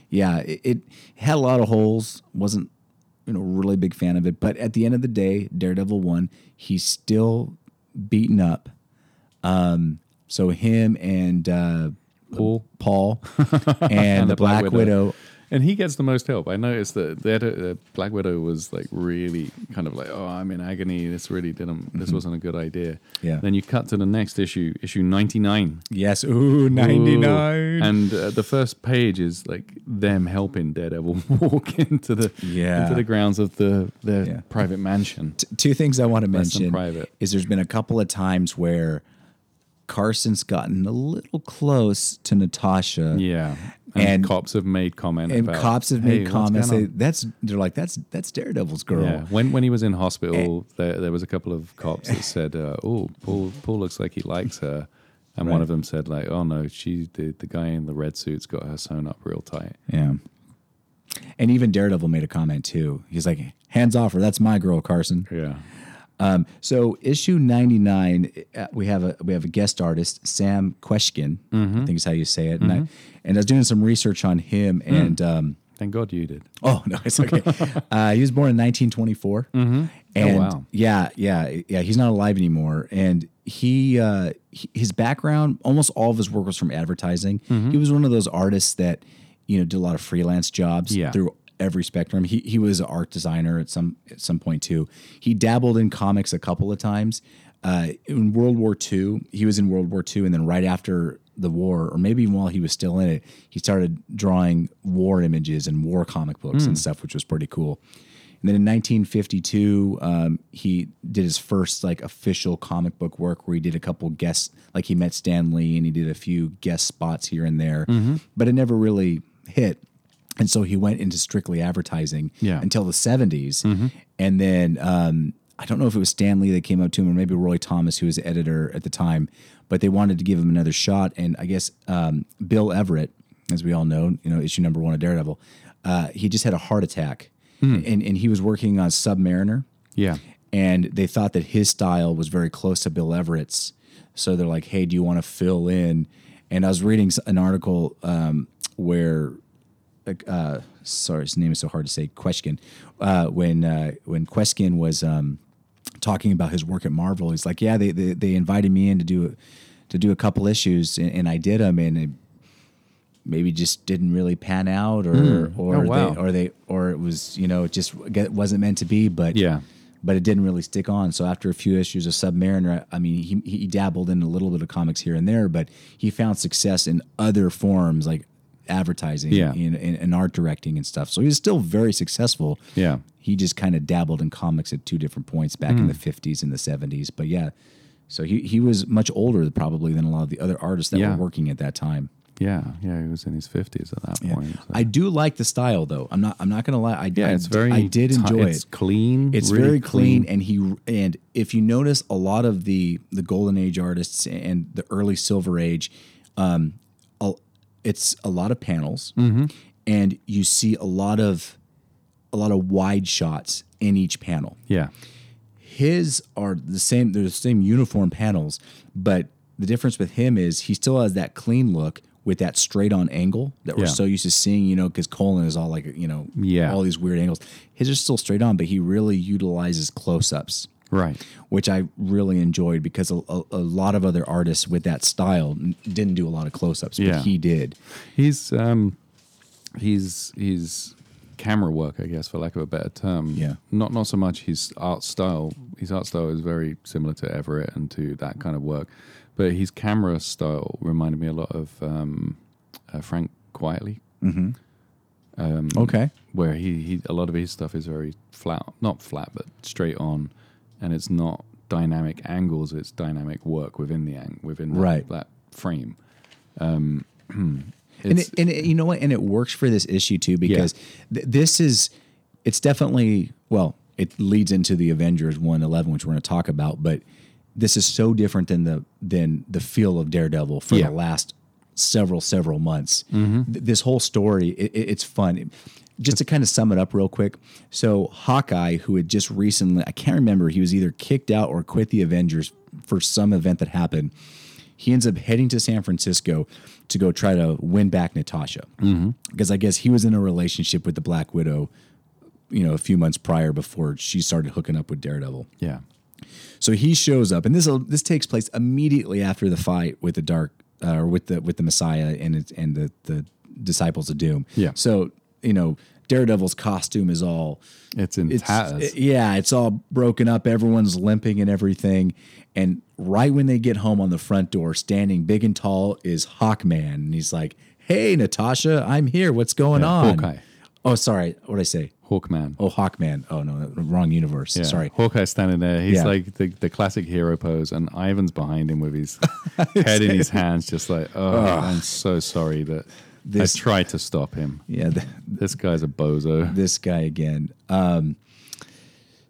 B: yeah, it, it had a lot of holes. wasn't you know really big fan of it, but at the end of the day, Daredevil won. He's still beaten up. Um, so him and uh,
A: Paul.
B: Paul and, the, Black, Widow.
A: And he gets the most help. I noticed that that uh, Black Widow was like really kind of like, oh, I'm in agony. This really didn't. This wasn't a good idea.
B: Mm-hmm. Yeah.
A: Then you cut to the next issue, issue 99.
B: Yes, ooh, ninety nine.
A: Ooh. And uh, the first page is like them helping Daredevil walk into the
B: Yeah.
A: into the grounds of the their
B: Yeah.
A: private mansion.
B: t- two things I want to
A: Friends and
B: mention
A: private.
B: is there's been a couple of times where Carson's gotten a little close to Natasha.
A: Yeah. And,
B: And-
A: cops have made comment
B: And
A: about,
B: cops have
A: "Hey,
B: made
A: what's
B: comments.
A: going
B: They,
A: on?"
B: that's they're like that's that's Daredevil's girl.
A: yeah. When when he was in hospital,
B: Eh.
A: there, there was a couple of cops that said, uh, "Oh, Paul Paul looks like he likes her," and one
B: Right.
A: of them said, "Like, oh no, she the the guy in the red suit's got her sewn up real tight."
B: Yeah. And even Daredevil made a comment too. He's like, "Hands off her. That's my girl, Carson."
A: Yeah.
B: Um, so issue 99, uh, we have a, we have a guest artist, Sam Queshkin,
A: Mm-hmm.
B: I think is how you say it. And, I, and I was doing some research on him
A: Hmm.
B: and, um,
A: Thank God you did.
B: Oh no, it's okay. uh, he was born in 1924, and
A: Mm-hmm. Oh, wow.
B: yeah, yeah, yeah. He's not alive anymore, and he, uh, he- his background, almost all of his
A: Mm-hmm.
B: work was from advertising. He was one of those artists that you know did a lot of freelance jobs
A: Yeah.
B: through every spectrum. He he was an art designer at some at some point too. He dabbled in comics a couple of times. Uh, in World War II, he was in World War II, and then right after the war, or maybe even while he was still in it, he started drawing war images and war comic books and stuff, which was pretty cool. And then in 1952, um, he did his first like official comic book work where he did a couple guests, like he met Stan Lee and he did a few guest spots here and there, but it never really hit. And so he went into strictly advertising
A: Yeah.
B: until the 70s. And then um, I don't know if it was Stan Lee that came up to him or maybe Roy Thomas, who was the editor at the time, but they wanted to give him another shot. And I guess um, Bill Everett, as we all know, you know, issue number one of Daredevil, uh, he just had a heart attack. And, and he was working on Submariner
A: Yeah.
B: and they thought that his style was very close to Bill Everett's. So they're like, "Hey, do you want to fill in?" And I was reading s- an article um, where, like, uh, sorry, his name is so hard to say. Question uh, when uh, when Queskin was um, talking about his work at Marvel, he's like, "Yeah, they they, they invited me in to do to do a couple issues, and, and I did them, and it maybe just didn't really pan out, or or
A: Oh, wow.
B: they, or they or it was you know it just it wasn't meant to be, but
A: Yeah.
B: but it didn't really stick on. So after a few issues of Submariner, I mean, he, he dabbled in a little bit of comics here and there, but he found success in other forms like advertising
A: Yeah.
B: and, and, and art directing and stuff. So he was still very successful.
A: Yeah.
B: He just kind of dabbled in comics at two different points back in the
A: Hmm.
B: 50s and the 70s. But yeah, so he, he was much older probably than a lot of the other artists that
A: Yeah.
B: were working at that time.
A: Yeah. Yeah. He was in his 50s at that point. so-
B: I do like the style though. I'm not I'm not gonna lie. I,
A: yeah.
B: I
A: It's
B: d-
A: very,
B: I did
A: ti-
B: enjoy it.
A: It's clean.
B: It's
A: really
B: very clean, and he and if you notice, a lot of the the golden age artists and the early silver age, um, a- it's a lot of panels, and you see a lot of a lot of wide shots in each panel.
A: Yeah.
B: His are the same; they're the same uniform panels, but the difference with him is he still has that clean look with that straight on angle that we're
A: Yeah.
B: so used to seeing. You know, because Colin is all like you know,
A: Yeah.
B: all these weird angles. His are still straight on, but he really utilizes close ups
A: Right.
B: which I really enjoyed because a, a, a lot of other artists with that style n- didn't do a lot of close ups,
A: Yeah.
B: but he did.
A: He's um, he's he's camera work, I guess, for lack of a better term.
B: Yeah.
A: Not not so much his art style. His art style is very similar to Everett and to that kind of work, but his camera style reminded me a lot of um, uh, Frank Quietly,
B: Okay.
A: where he, he a lot of his stuff is very flat, not flat, but straight on, and it's not dynamic angles. It's dynamic work within the ang- within that,
B: Right.
A: that frame. Um,
B: And
A: it's,
B: it, and it, you know what? And it works for this issue too because th- this is, it's definitely, well, it leads into the Avengers 111, which we're going to talk about, but this is so different than the than the feel of Daredevil for
A: Yeah. Mm-hmm.
B: the last several several months. Th- this whole story, i i- it's fun. just to kind of sum it up real quick, so Hawkeye, who had just recently, I can't remember, he was either kicked out or quit the Avengers for some event that happened. He ends up heading to San Francisco to go try to win back Natasha because I guess he was in a relationship with the Black Widow, you know, a few months prior before she started hooking up with Daredevil.
A: yeah,
B: So he shows up, and this this takes place immediately after the fight with the dark uh, or with the with the Messiah and it's and the the disciples of Doom.
A: Yeah.
B: So you know, Daredevil's costume is all
A: it's in
B: it's
A: tatters.
B: it- yeah, it's all broken up. Everyone's limping and everything. And right when they get home on the front door, standing big and tall is Hawkman, and he's like, "Hey, Natasha, I'm here. What's going on?"
A: Hawkeye.
B: Oh, sorry. What did I say?
A: Hawkman.
B: Oh, Hawkman. Oh no, wrong universe.
A: Yeah.
B: Sorry.
A: Hawkeye's standing there. He's
B: Yeah.
A: like the, the classic hero pose, and Ivan's behind him with his head in his hands, just like, oh, I'm so sorry that
B: This-
A: I tried to stop him.
B: Yeah. th-
A: This guy's a bozo.
B: this guy again. Um,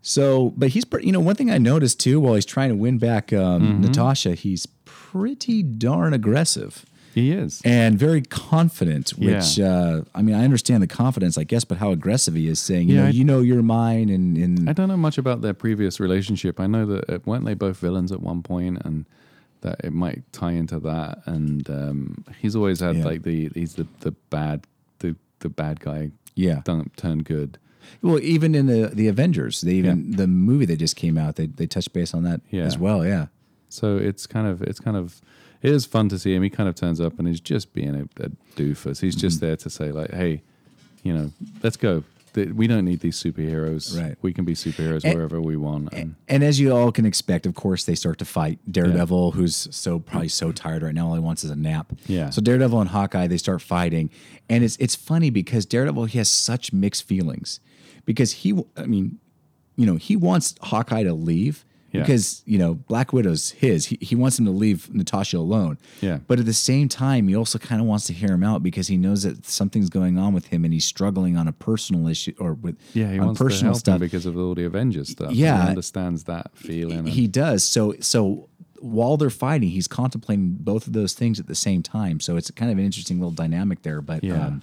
B: so, but he's pretty, you know, one thing I noticed too, while he's trying to win back um,
A: Mm-hmm.
B: Natasha, he's pretty darn aggressive
A: He is.
B: and very confident, which,
A: Yeah.
B: uh, I mean, I understand the confidence, I guess, but how aggressive he is saying, you
A: Yeah,
B: know,
A: I-
B: you know, you're mine. And, and
A: I don't know much about their previous relationship. I know that uh, weren't they both villains at one point, and that it might tie into that. And um, he's always had
B: Yeah.
A: like the he's the, the bad the the bad guy
B: yeah.
A: done, turned good.
B: Well, even in the, the Avengers, they even, the movie that just came out, they, they touched base on that
A: Yeah.
B: as well. Yeah.
A: So it's kind of it's kind of it is fun to see him. He kind of turns
B: Mm-hmm.
A: up and he's just being a, a doofus. He's just there to say like, hey, you know, let's go. th- we don't need these superheroes.
B: Right. Eh,
A: We can be superheroes wherever we want. And,
B: And as you all can expect, of course, they start to fight Daredevil, who's so probably so tired right now. All he wants is a nap.
A: Yeah.
B: So Daredevil and Hawkeye they start fighting, and it's it's funny because Daredevil he has such mixed feelings because he w- I mean, you know, he wants Hawkeye to leave
A: Yeah.
B: because you know Black Widow's his. He he wants him to leave Natasha alone.
A: Yeah.
B: But at the same time, he also kind of wants to hear him out because he knows that something's going on with him and he's struggling on a personal issue or with
A: yeah, he
B: on
A: wants to
B: personal
A: help him
B: stuff.
A: because of all the Avengers stuff.
B: Yeah.
A: He understands that feeling. and-
B: He does. So so while they're fighting, he's contemplating both of those things at the same time. So it's kind of an interesting little dynamic there. But
A: Yeah.
B: um,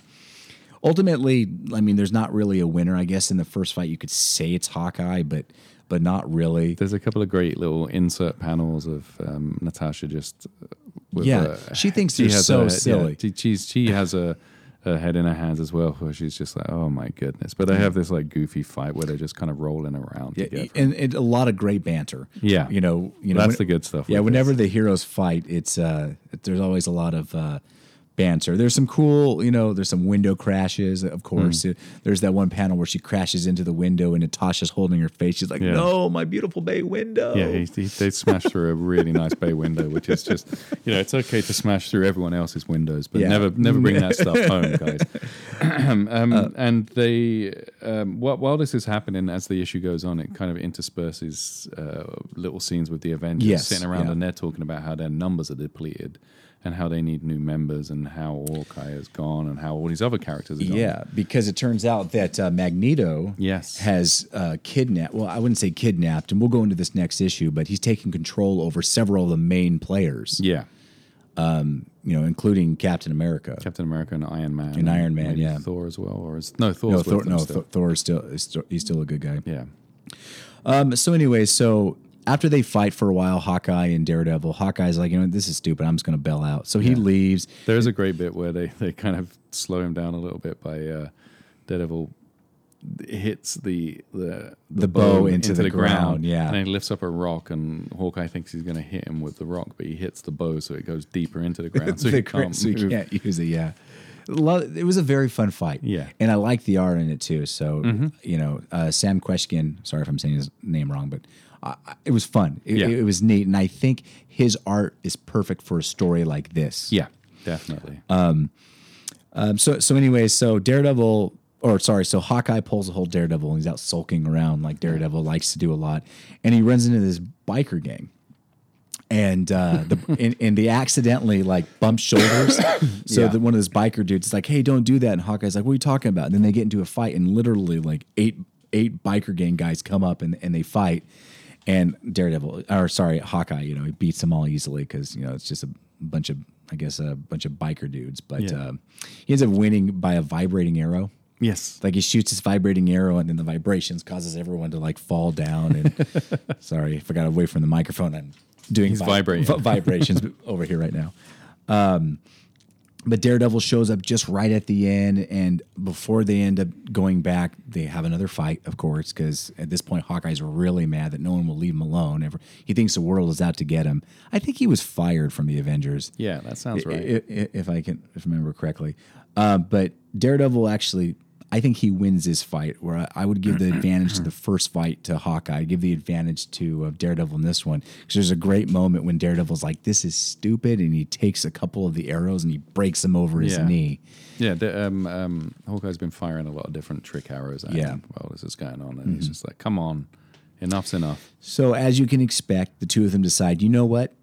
B: ultimately, I mean, there's not really a winner. I guess in the first fight, you could say it's Hawkeye, but but not really.
A: There's a couple of great little insert panels of um, Natasha just. uh, With
B: Yeah,
A: her-
B: she thinks
A: she
B: they're
A: has
B: so
A: her- yeah,
B: silly.
A: she- she's she has a. Her head in her hands as well, where she's just like, "Oh my goodness!" But they have this like goofy fight where they're just kind of rolling around together.
B: and, and a lot of great banter.
A: Yeah.
B: you know, you know
A: That's the good stuff
B: Yeah,
A: with
B: whenever the heroes fight, it's uh, there's always a lot of uh, banter. There's some cool, you know, there's some window crashes,
A: Hmm.
B: of course. There's that one panel where she crashes into the window and Natasha's holding her face. She's like,
A: Yeah.
B: "No, my beautiful bay window."
A: Yeah, he, he, they smashed through a really nice bay window, which is just, you know, it's okay to smash through everyone else's windows, but
B: Yeah.
A: never never bring that stuff home, guys. um,
B: Uh,
A: and they, um, while, while this is happening, as the issue goes on, it kind of intersperses uh, little scenes with the Avengers
B: Yes,
A: sitting around
B: yeah.
A: and they're talking about how their numbers are depleted and how they need new members and how Hawkeye is gone and how all these other characters are gone.
B: Yeah, because it turns out that uh, Magneto
A: Yes.
B: has uh, kidnapped. Well, I wouldn't say kidnapped, and we'll go into this next issue, but he's taking control over several of the main players,
A: Yeah.
B: you know, including Captain America.
A: Captain America and Iron Man.
B: And Iron Man,
A: maybe
B: yeah.
A: Thor as well. Or is, no, Thor's
B: No,
A: with
B: Thor,
A: them
B: no,
A: still.
B: Thor, Thor is still, is still he's still a good guy.
A: Yeah.
B: Um, so anyway, so after they fight for a while, Hawkeye and Daredevil, Hawkeye's like, you know, this is stupid. I'm just gonna bail out. So he leaves.
A: There is a great bit where they, they kind of slow him down a little bit by uh, Daredevil hits the the,
B: The bow
A: bone
B: into the ground, yeah.
A: and he lifts up a rock, and Hawkeye thinks he's going to hit him with the rock, but he hits the bow, so it goes deeper into the ground, so
B: The
A: he
B: cra-
A: can't
B: so he
A: move.
B: can't use it. Yeah, Lo- it was a very fun fight.
A: Yeah. Mm-hmm.
B: and I like the art in it too. So you know, uh, Sam Queshkin. Sorry if I'm saying his name wrong, but I, I- it was fun. It,
A: Yeah.
B: it was neat, and I think his art is perfect for a story like this.
A: Yeah, definitely.
B: Um, so so anyway, so Daredevil, or sorry, so Hawkeye pulls a whole Daredevil and he's out sulking around like Daredevil likes to do a lot, and he runs into this biker gang, and uh, the and, and they accidentally like bump shoulders. so
A: Yeah.
B: that one of those biker dudes is like, "Hey, don't do that," and Hawkeye's like, "What are you talking about?" And then they get into a fight, and literally like eight eight biker gang guys come up and and they fight. And Daredevil, or sorry, Hawkeye, you know, he beats them all easily because you know it's just a bunch of, I guess, a bunch of biker dudes. But
A: Yeah.
B: um, he ends up winning by a vibrating arrow.
A: yes,
B: Like he shoots his vibrating arrow, and then the vibrations causes everyone to like fall down. And sorry, I forgot away from the microphone. I'm doing
A: He's vibrating.
B: vibrations over here right now. Um, but Daredevil shows up just right at the end, and before they end up going back, they have another fight, of course, because at this point Hawkeye's really mad that no one will leave him alone. Ever he thinks the world is out to get him. I think he was fired from the Avengers
A: yeah, that sounds right.
B: i- i- if I can if I remember correctly. Uh, but Daredevil actually, I think he wins this fight. Where I, I would give the advantage to the first fight to Hawkeye, I'd give the advantage to uh, Daredevil in this one because there's a great moment when Daredevil's like, "This is stupid," and he takes a couple of the arrows and he breaks them over his
A: Yeah.
B: knee.
A: Yeah, the, um, um, Hawkeye's been firing a lot of different trick arrows at
B: Yeah. Mm-hmm.
A: him while this is going on, and he's just like, "Come on, enough's enough."
B: So as you can expect, the two of them decide, you know what?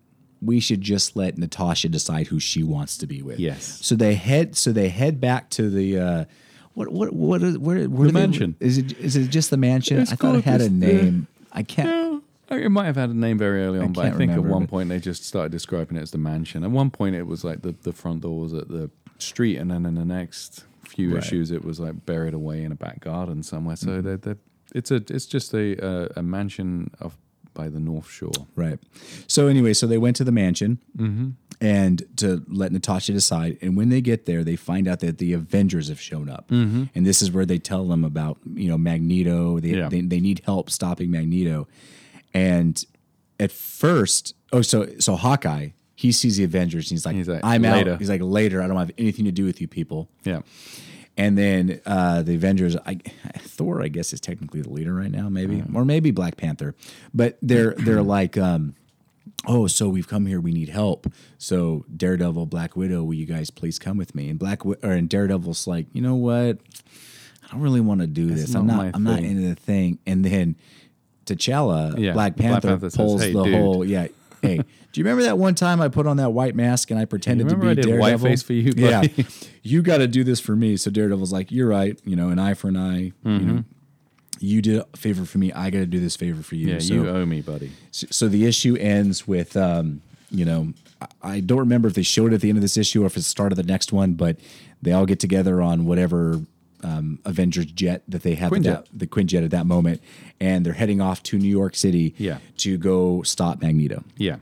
B: We should just let Natasha decide who she wants to be with.
A: Yes.
B: So they head so they head back to the uh what what what is where, where the
A: mansion.
B: Is it is it just the mansion?
A: It's
B: I thought it
A: called
B: had a
A: this- uh,
B: name. I can't
A: No, Oh, it might have had a name very early on, but I
B: can't
A: think
B: remember,
A: at one
B: but-
A: point they just started describing it as the mansion. At one point, it was like the, the front door was at the street, and then in the next few
B: Right. Mm.
A: issues, it was like buried away in a back garden somewhere. So they're, they're, it's a it's just a uh, a mansion of by the North Shore.
B: Right. So anyway, so they went to the mansion
A: Mm-hmm.
B: and to let Natasha decide. And when they get there, they find out that the Avengers have shown up.
A: Mm-hmm.
B: And this is where they tell them about you know Magneto. They
A: Yeah.
B: they, they need help stopping Magneto. And at first, oh so so Hawkeye he sees the Avengers and he's like,
A: He's like,
B: I'm
A: "Later."
B: out. He's like later. I don't have anything to do with you people.
A: Yeah,
B: And then uh, the Avengers, I, Thor, I guess, is technically the leader right now, maybe,
A: Mm.
B: or maybe Black Panther. But they're they're like, um, oh, so we've come here, we need help. So Daredevil, Black Widow, will you guys please come with me? And Black Wi- or and Daredevil's like, you know what? I don't really want to do this. I'm
A: not
B: not.
A: my
B: I'm not
A: thing."
B: into the thing. And then T'Challa,
A: Yeah,
B: Black
A: Black
B: Panther,
A: Panther says,
B: pulls
A: "Hey,
B: the
A: dude."
B: whole yeah. Hey, do you remember that one time I put on that white mask and I pretended to be
A: remember I did
B: Daredevil?
A: whiteface for you,
B: Yeah,
A: buddy?
B: you got to do this for me. So Daredevil's like, you're right. You know, an eye for an eye. You
A: Mm-hmm.
B: know, you did a favor for me. I got to do this favor for you.
A: Yeah,
B: so,
A: you uh, owe me, buddy.
B: so the issue ends with, um, you know, I, I don't remember if they showed it at the end of this issue or if it's the start of the next one, but they all get together on whatever um, Avengers jet that they have, at
A: Quinjet.
B: that, the Quinjet at that moment, and they're heading off to New York City
A: Yeah.
B: to go stop Magneto.
A: Yeah.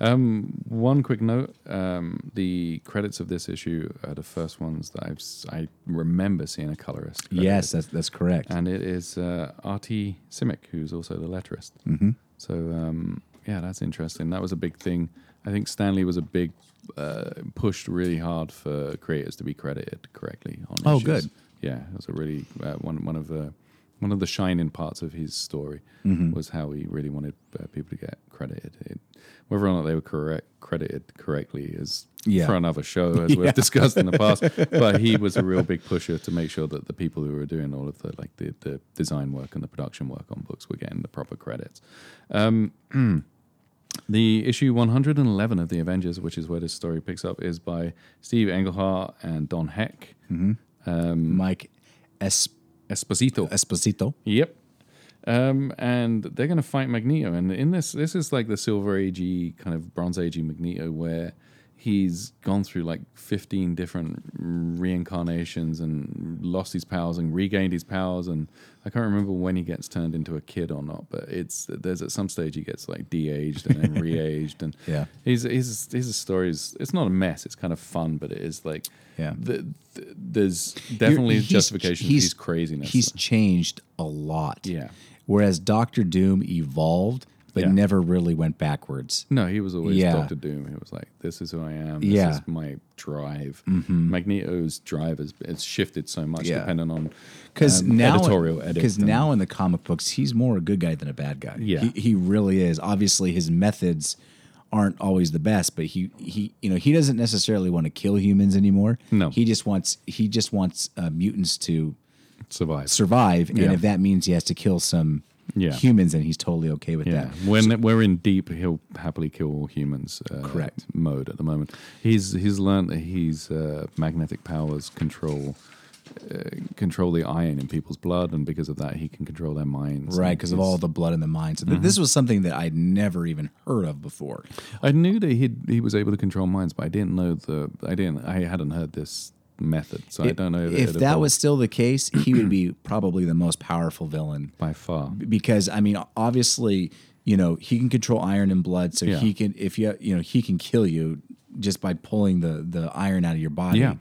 A: Um, one quick note: um, the credits of this issue are the first ones that I've si remember seeing a colorist. credited.
B: Yes, that's that's correct.
A: and it is uh, Artie Simic, who's also the letterist.
B: Mm-hmm.
A: So um, yeah, that's interesting. That was a big thing. I think Stanley was a big uh, pushed really hard for creators to be credited correctly on.
B: Oh,
A: issues.
B: good.
A: Yeah, it was a really uh, one one of the one of the shining parts of his story was how he really wanted uh, people to get credited. It, whether or not they were correct credited correctly is
B: Yeah.
A: for another show, as we've discussed in the past. But he was a real big pusher to make sure that the people who were doing all of the like the, the design work and the production work on books were getting the proper credits. Um, The issue 111 of the Avengers, which is where this story picks up, is by Steve Englehart and Don Heck.
B: Mike Es-
A: Esposito.
B: Esposito.
A: Yep. Um, and they're going to fight Magneto, and in this, this is like the Silver Agey kind of Bronze Agey Magneto, where he's gone through like fifteen different reincarnations and lost his powers and regained his powers, and I can't remember when he gets turned into a kid or not, but it's there's at some stage he gets like de-aged and then re-aged, and
B: Yeah.
A: his his his story is it's not a mess, it's kind of fun, but it is like
B: Yeah.
A: the, the- there's definitely
B: You're- he's-
A: justification. for
B: he's-
A: his craziness.
B: He's changed a lot.
A: Yeah.
B: Whereas Doctor Doom evolved, but
A: Yeah.
B: never really went backwards.
A: No, he was always
B: Yeah.
A: Doctor Doom. He was like, "This is who I am. This
B: Yeah. Mm-hmm.
A: is my drive." Magneto's drive has it's shifted so much,
B: Yeah.
A: depending on
B: Because
A: um,
B: now,
A: editorial edit.
B: because
A: and-
B: now in the comic books, he's more a good guy than a bad guy.
A: Yeah.
B: he, he really is. Obviously, his methods aren't always the best, but he he you know he doesn't necessarily want to kill humans anymore.
A: No.
B: he just wants he just wants uh, mutants to
A: survive.
B: survive, and
A: Yeah.
B: if that means he has to kill some
A: Yeah.
B: humans, then he's totally okay with
A: yeah,
B: that.
A: when we're in deep, he'll happily kill all humans. Uh,
B: Correct.
A: mode at the moment. He's he's learned that he's uh, magnetic powers control. Uh, control the iron in people's blood, and because of that, he can control their minds.
B: right
A: And
B: because of
A: he's- Mm-hmm.
B: all the blood in the mind so th- this was something that i'd never even heard of before
A: I knew that he he was able to control minds, but I didn't know the I didn't I hadn't heard this method, so I don't know it
B: if, that
A: evolved
B: was still the case he would be probably the most powerful villain
A: by far.
B: because i mean obviously you know he can control iron and blood so
A: Yeah.
B: he can if you you know he can kill you just by pulling the the iron out of your body
A: Yeah.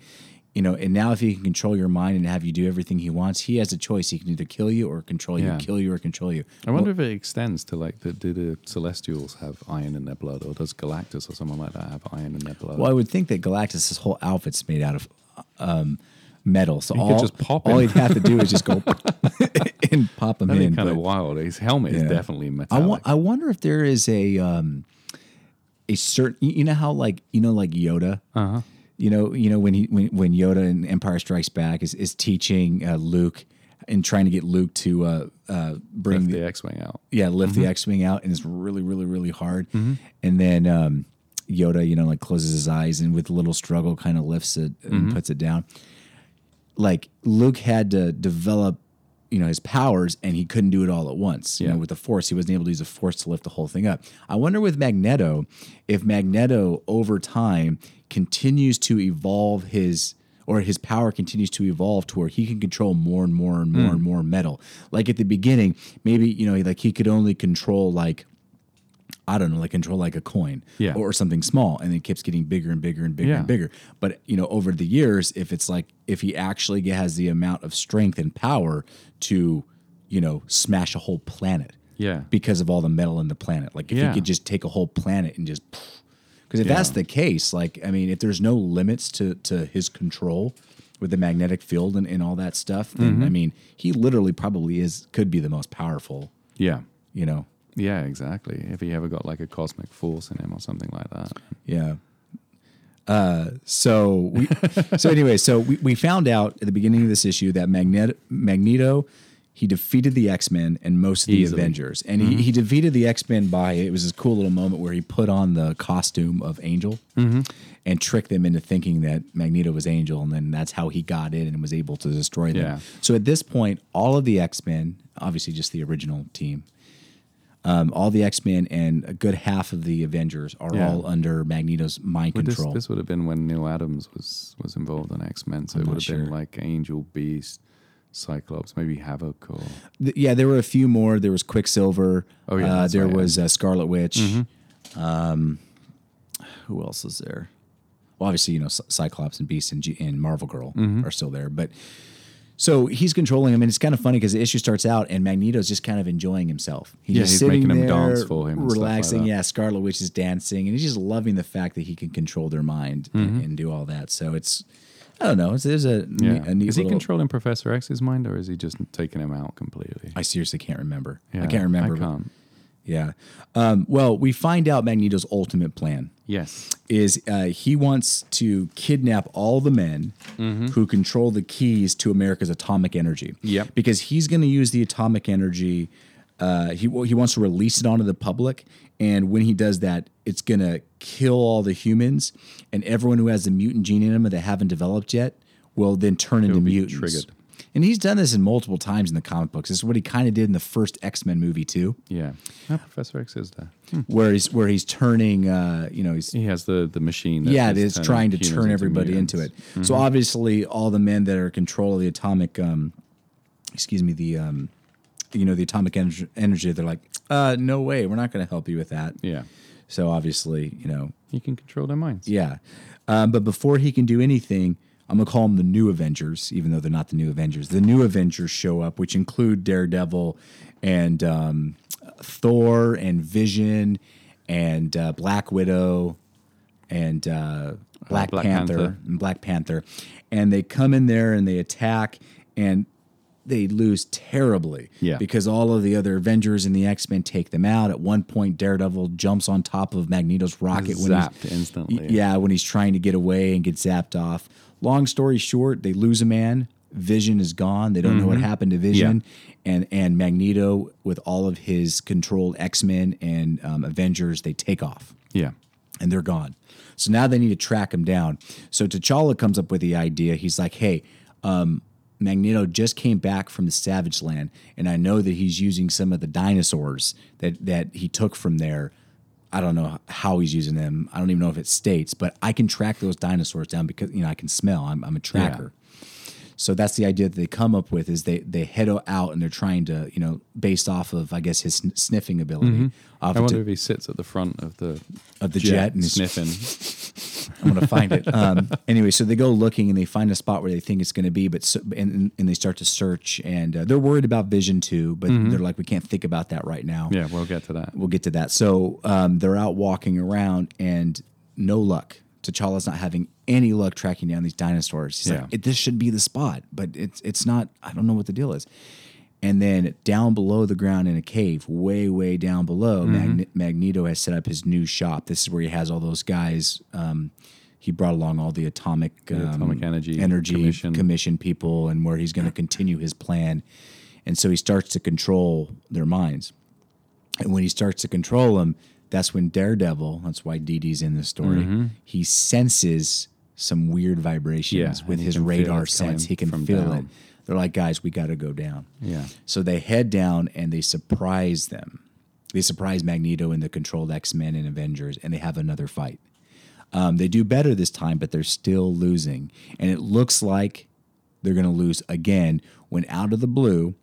B: you know and now if he can control your mind and have you do everything he wants he has a choice he can either kill you or control
A: Yeah.
B: you kill you or control you
A: I wonder if it extends to like the, do the Celestials have iron in their blood, or does Galactus or someone like that have iron in their blood?
B: Well, I would think that Galactus' whole outfit's made out of um, metal, so all,
A: just pop
B: all
A: him.
B: he'd have to do is just go and pop him
A: That'd be
B: in.
A: kind of
B: but
A: wild. His helmet
B: Yeah.
A: is definitely
B: I,
A: metallic.
B: wa- I wonder if there is a um, a certain you you know how like you know like Yoda. Uh-huh. You know, you know when he when, when Yoda in Empire Strikes Back is is teaching uh, Luke and trying to get Luke to uh, uh, bring
A: the X-wing out.
B: yeah, lift the X wing out, and it's really, really, really hard. And then um, Yoda, you know, like closes his eyes and with a little struggle, kind of lifts it and puts it down. Like Luke had to develop, you know, his powers, and he couldn't do it all at once. You
A: Yeah.
B: know, with the Force, he wasn't able to use the Force to lift the whole thing up. I wonder with Magneto, if Magneto over time continues to evolve his. Or his power continues to evolve to where he can control more and more and
A: Hmm.
B: more and more metal. Like at the beginning, maybe you know, like he could only control like I don't know, like control like a coin
A: Yeah.
B: or something small. And it keeps getting bigger and bigger and bigger
A: Yeah.
B: and bigger. But, you know, over the years, if it's like, if he actually has the amount of strength and power to, you know, smash a whole planet
A: Yeah.
B: because of all the metal in the planet, like if
A: Yeah.
B: he could just take a whole planet and just, because if that's the case, like, I mean, if there's no limits to, to his control, with the magnetic field and, and all that stuff, then
A: Mm-hmm.
B: I mean, he literally probably is could be the most powerful,
A: Yeah.
B: you know.
A: Yeah, exactly. If he ever got like a cosmic force in him or something like that.
B: Yeah. Uh, so we, so anyway, so we, we found out at the beginning of this issue that Magnet, Magneto, he defeated the X Men and most of the
A: Easily. Mm-hmm.
B: Avengers, and he, he defeated the X Men by it was this cool little moment where he put on the costume of Angel
A: Mm-hmm.
B: and tricked them into thinking that Magneto was Angel, and then that's how he got in and was able to destroy them.
A: Yeah.
B: So at this point, all of the X Men, obviously just the original team, um, all the X Men and a good half of the Avengers are
A: Yeah.
B: all under Magneto's mind
A: This,
B: control.
A: this would have been when Neil Adams was was involved on X Men, so it
B: not
A: would have been
B: sure.
A: like Angel, Beast, Cyclops, maybe Havoc, or
B: Th- yeah, there were a few more. There was Quicksilver.
A: Oh, yeah,
B: uh,
A: that's
B: there
A: right, yeah. Mm-hmm.
B: was uh, Scarlet Witch. Um, who else is there? Well, obviously, you know, Cy- Cyclops and Beast and, G- and Marvel Girl
A: Mm-hmm.
B: are still there, but. So he's controlling him, and it's kind of funny because the issue starts out, and Magneto's just kind of enjoying himself.
A: Yeah,
B: just
A: he's
B: sitting
A: making
B: there,
A: them dance for him and stuff like
B: relaxing.
A: that.
B: yeah, Scarlet Witch is dancing, and he's just loving the fact that he can control their mind and, and do all that. So it's, I don't know, it's, there's a, ne-
A: Mm-hmm. yeah.
B: a neat
A: is he
B: little.
A: controlling Professor X's mind, or is he just taking him out completely?
B: I seriously can't remember.
A: Yeah,
B: I can't remember.
A: I
B: but-
A: can't.
B: Yeah. Um, well, we find out Magneto's ultimate plan
A: Yes.
B: is uh, he wants to kidnap all the men
A: Mm-hmm.
B: who control the keys to America's atomic energy.
A: Yep.
B: Because he's going to use the atomic energy. Uh, he he wants to release it onto the public, and when he does that, it's going to kill all the humans and everyone who has the mutant gene in them that they haven't developed yet will then turn into
A: be
B: mutants.
A: triggered.
B: And he's done this in multiple times in the comic books. This is what he kind of did in the first X Men movie too
A: Yeah. No, Professor X is there.
B: where he's where he's turning uh you know he's
A: He has the the machine. That
B: yeah
A: is
B: it's
A: turning
B: trying to
A: humans
B: turn
A: into
B: everybody into it
A: mutants.
B: so obviously all the men that are in control of the atomic um excuse me the um you know the atomic energy, energy they're like uh no way we're not going to help you with that
A: Yeah.
B: so obviously you know
A: He can control their minds.
B: yeah um, but before he can do anything i'm going to call them the new avengers even though they're not the new avengers the new avengers show up which include daredevil and um, thor and vision and uh, black widow and uh, black,
A: Black
B: panther,
A: Panther.
B: and black panther and they come in there and they attack and they lose terribly
A: Yeah.
B: because all of the other Avengers and the X Men take them out. At one point, Daredevil jumps on top of Magneto's rocket when he's-
A: Zapped instantly.
B: Y- Yeah, when he's trying to get away and gets zapped off. Long story short, they lose a man. Vision is gone. They don't know
A: Mm-hmm.
B: what happened to Vision, and and Magneto with all of his controlled X Men and um, Avengers, they take off
A: Yeah.
B: and they're gone. So now they need to track him down. So T'Challa comes up with the idea. He's like, hey, um, Magneto just came back from the Savage Land, and I know that he's using some of the dinosaurs that that he took from there. I don't know how he's using them. I don't even know if it states, but I can track those dinosaurs down because you know I can smell. I'm, I'm a tracker. So that's the idea that they come up with is they they head out and they're trying to you know based off of I guess his sn- sniffing ability off
A: Mm-hmm. I
B: of
A: wonder
B: T-
A: if he sits at the front of the
B: Of the jet and is-
A: sniffing.
B: I'm gonna find it. Um, anyway, so they go looking and they find a spot where they think it's gonna be, but so, and and they start to search and uh, they're worried about Vision too, but they're like, we can't think about that right now.
A: yeah, we'll get to that.
B: We'll get to that. So um, they're out walking around and no luck. T'Challa's not having any luck tracking down these dinosaurs. He's
A: Yeah.
B: like, it, this should be the spot, but it's it's not. I don't know what the deal is. And then down below the ground in a cave, way way down below,
A: Mm-hmm.
B: Magne- Magneto has set up his new shop. This is where he has all those guys. Um, he brought along all the atomic um,
A: Atomic Energy
B: energy
A: Commission.
B: commission people, and where he's going to continue his plan. And so he starts to control their minds. And when he starts to control him, that's when Daredevil, that's why Dee Dee's in this story,
A: Mm-hmm.
B: he senses some weird vibrations
A: Yeah, and
B: with
A: he
B: his
A: can feel
B: radar
A: it's coming
B: sense. He can
A: from
B: feel it.
A: down.
B: They're like, guys, we got to go down.
A: Yeah.
B: So they head down and they surprise them. They surprise Magneto and the controlled X Men and Avengers, and they have another fight. Um, they do better this time, but they're still losing. And it looks like they're going to lose again when out of the blue,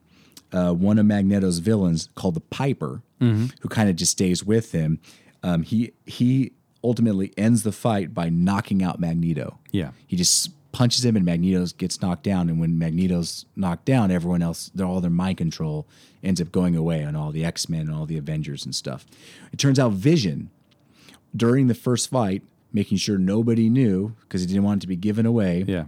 B: uh, one of Magneto's villains called the Piper, who kind of just stays with him, um, he he ultimately ends the fight by knocking out Magneto.
A: Yeah.
B: He just punches him and Magneto gets knocked down. And when Magneto's knocked down, everyone else, their, all their mind control ends up going away on all the X Men and all the Avengers and stuff. It turns out Vision, during the first fight, making sure nobody knew because he didn't want it to be given away,
A: Yeah.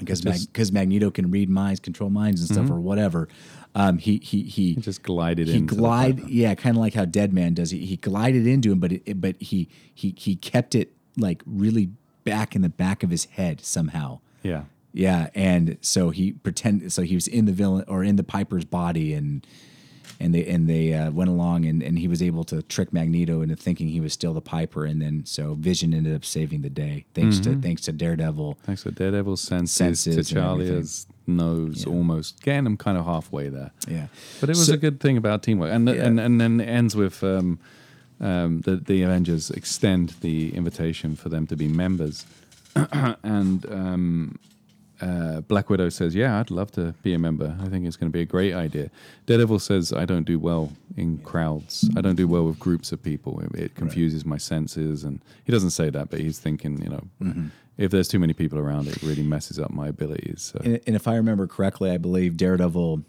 B: because because Magneto can read minds, control minds, and stuff, or whatever. Um, he he he
A: It just glided
B: he
A: in.
B: glide yeah kind of like how dead man does he, he glided into him but it, it- but he he he kept it like really back in the back of his head somehow
A: Yeah.
B: yeah and so he pretended so he was in the villain or in the piper's body and and they and they uh, went along and, and he was able to trick magneto into thinking he was still the piper and then so vision ended up saving the day thanks
A: Mm-hmm.
B: to thanks to daredevil
A: Thanks for Daredevil senses,
B: Senses and
A: T'Challa's nose almost getting him kind of halfway there.
B: yeah
A: But it was
B: So-
A: a good thing about teamwork, and the,
B: Yeah.
A: and and then it ends with um, um, the the Avengers extend the invitation for them to be members, and um, uh, Black Widow says, "Yeah, I'd love to be a member. I think it's going to be a great idea." Daredevil says, "I don't do well in crowds. I don't do well with groups of people. It, it confuses my senses." And he doesn't say that, but he's thinking, you know,
B: Mm-hmm.
A: if there's too many people around, it really messes up my abilities. So.
B: and, and if I remember correctly, I believe Daredevil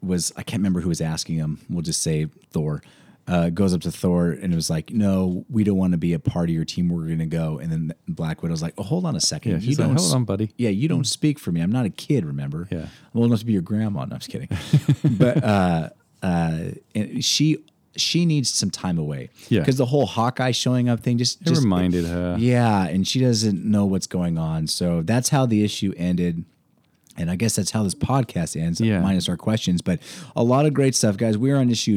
B: was I can't remember who was asking him. We'll just say Thor uh, goes up to Thor and was like, "No, we don't want to be a part of your team. We're going to go." And then Black Widow's like, "Oh, hold on a second.
A: Yeah, she's like,
B: don't
A: "Hold
B: s-
A: on, buddy."
B: Yeah, you don't speak for me. I'm not a kid. Remember?
A: Yeah.
B: I'm old enough to be your grandma. No, I'm just kidding. but uh, uh, and she she needs some time away.
A: Yeah.
B: because the whole Hawkeye showing up thing just,
A: It
B: just
A: reminded her.
B: yeah, and she doesn't know what's going on. So that's how the issue ended. And I guess that's how this podcast ends,
A: Yeah.
B: minus our questions. But a lot of great stuff, guys. We're on issue